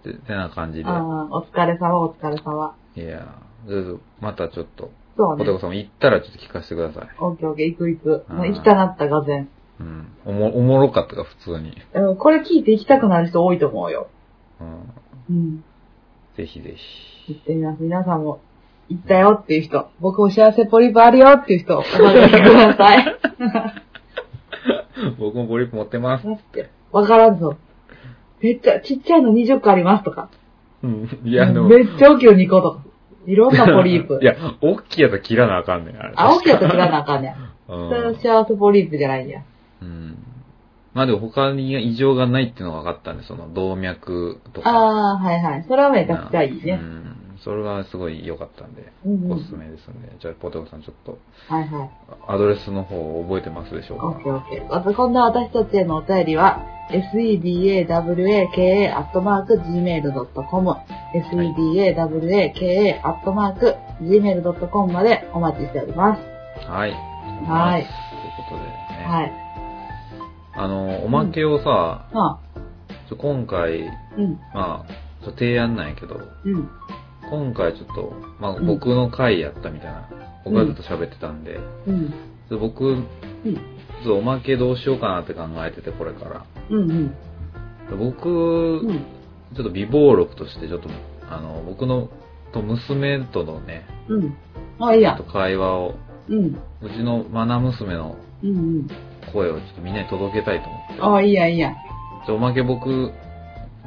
で、てな感じうん。で。あーお疲れ様、お疲れ様。いやーどうぞまたちょっと、そポうねテ。コさんも行ったらちょっと聞かせてください。オッケーオッケー、行く行く。うんもう行きたなった、がぜん。うん。おも、おもろかったから、普通に。うんこれ聞いて行きたくなる人多いと思うよ。うん。うん。ぜひぜひ。行ってみます。皆さんも、行ったよっていう人、僕も幸せポリープあるよっていう人、お話しくださ い。僕もポリープ持ってます。だって、わからんぞ。めっちゃ、ちっちゃいの20個ありますとか。うん。いや、でも。めっちゃ大きいの2個とか。いろんなポリープい。や、大きいやつは切らなあかんねん、あれ。あ、大きいやつ切らなあかんねん。うそれはん。幸せポリープじゃないんや。うん。まあでも他に異常がないっていうのが分かったんで、その動脈とか。あー、はいはい。それはめちゃくちゃいいうね。ん。それはすごい良かったんで、うんうおん。すすめですんで。じゃあ、ポテコさんちょっと、はいはい。アドレスの方を覚えてますでしょうオかッケーオッケー。またこんな私たちへのお便りは、sedawaka.gmail.com、sedawaka.gmail.com までお待ちしております。はい。はいということでね。はい。あの、おまけをさ、まちょ今回、あ、うん、まあ、ちょっと提案なんやけど、うん、今回ちょっと、まあ、うん僕の回やったみたいな、僕がずっと喋ってたんで、うん、ちょっと僕、ちょっとおまけどうしようかなって考えてて、これから。うん、うん、僕、うん、ちょっと微暴録として、ちょっと、あの、僕のと娘とのね、うん。あ、いいちょっやと。会話を、うん。うちのマナ娘のうんうん。声をちょっとみんなに届けたいと思って。あ、いいや、いいや。ちょおまけ僕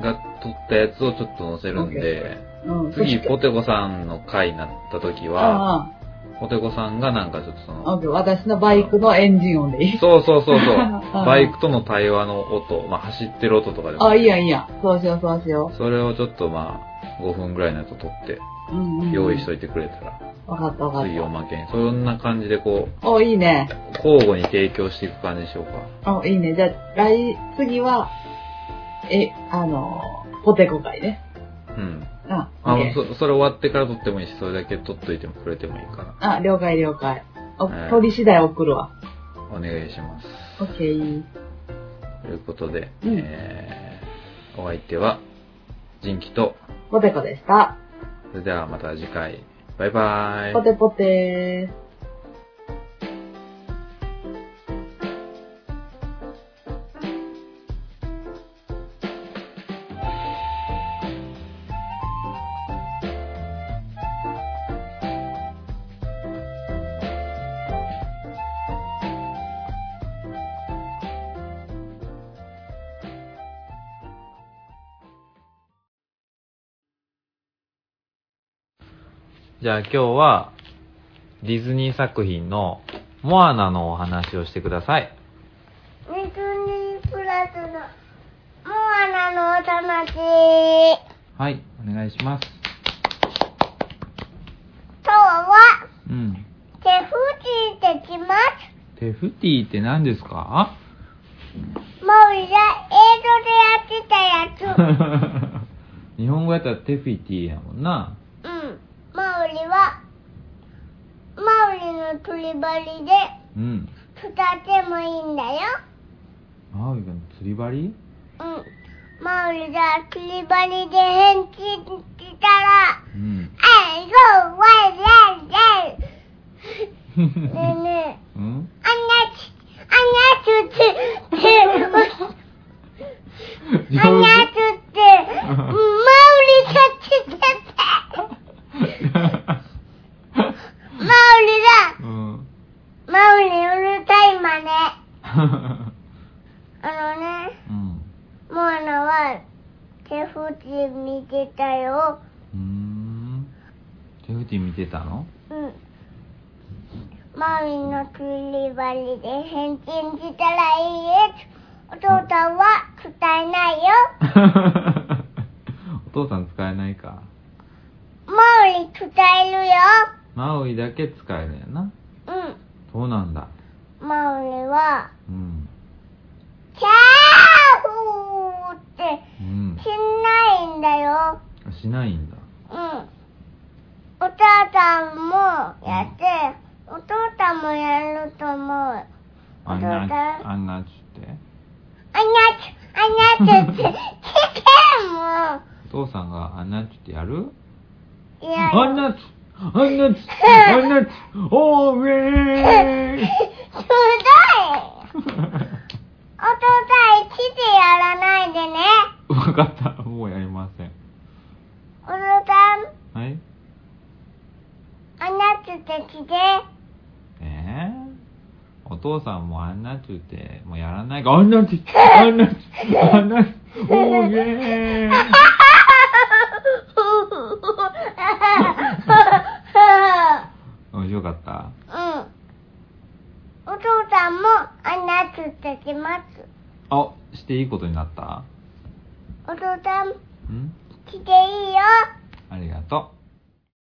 が撮ったやつをちょっと載せるんで、うん。次、ポポテコさんの回になった時は、あポテコさんがなんかちょっとそあ、オの、ッケー。私のバイクのエンジン音でいいそうそうそう そう、あバイクとの対話の音、まあ走ってる音とかでも、あ、いいや、いいや。そうしよう、そうしよそれをちょっとまあ、5分ぐらいのやつを撮って、う。うん、うん。用意しといてくれたら、わかった、わかっ次おまけに、そんな感じでこう、た。お、いいね。交互に提供していく感じにしようか。お、いいね。じゃあ、来、次は、え、あの、ポテコ会ね。うん。うん。オあッケーそそれ終わってから撮ってもいいし、それだけ撮っといてもくれてもいいかあ、了解、了解。お、はい取り次第送るわ。ら、お願いします。オッケー。ということで、うんえーお相手は、人気と、ポテコでした。それではまた次回、バイバーイ。ポテポテー。じゃあ今日は、ディズニー作品の、モアナのお話をしてください。ディズニープラスのモアナのお話。はい、お願いします。今日はうん。手振りできます。テフティって何です かもういや映像でやってたやつ。日本語やったらテフィティやもんな。うん。マウリはマウリの釣り針でうん。使ってもいいんだよ。マウイが釣り針うん。マウリが釣り針で返事したら、うん。あいそうわいやいやい。ねえねえ。うんあんなち、あんなちゅって、あんなちゅって、マウリがちってて、マウリが、うん。マウリうるさいまね。あのね、うん。モアナは、手振り見てたよ。うーん。テフティ見てたのうん。マウリの釣り針で返信したらいいです。お父さんは伝えないよ。 お父さん使えないか。マウリ伝えるよ。マウイだけ使えるやな。うん。そうなんだ。マウリは、うん。キャーフーってうんし。ないんだよ。しないんだ。うん。お母さんもやって、お父さんもやると思う。おあん父な、さん、あんなちって。あにゃち、あにゃちって、ちけんもお父さんがあんなちってやるう。いや、あんなちあん なちあんなちおーウェーイ すごい。お父さん、ちでやらないでね。わかった。もうやりません。お父さん、はい。あにゃちってちで。えー、お父さんもあんなちゅって、もうやらないか。あんなちゅあんなちゅあんなちゅおーイェーイ 面白かったうん。お父さんもあんなつってきます。あ、していいことになったお父さん、ん来ていいよ。ありがとう。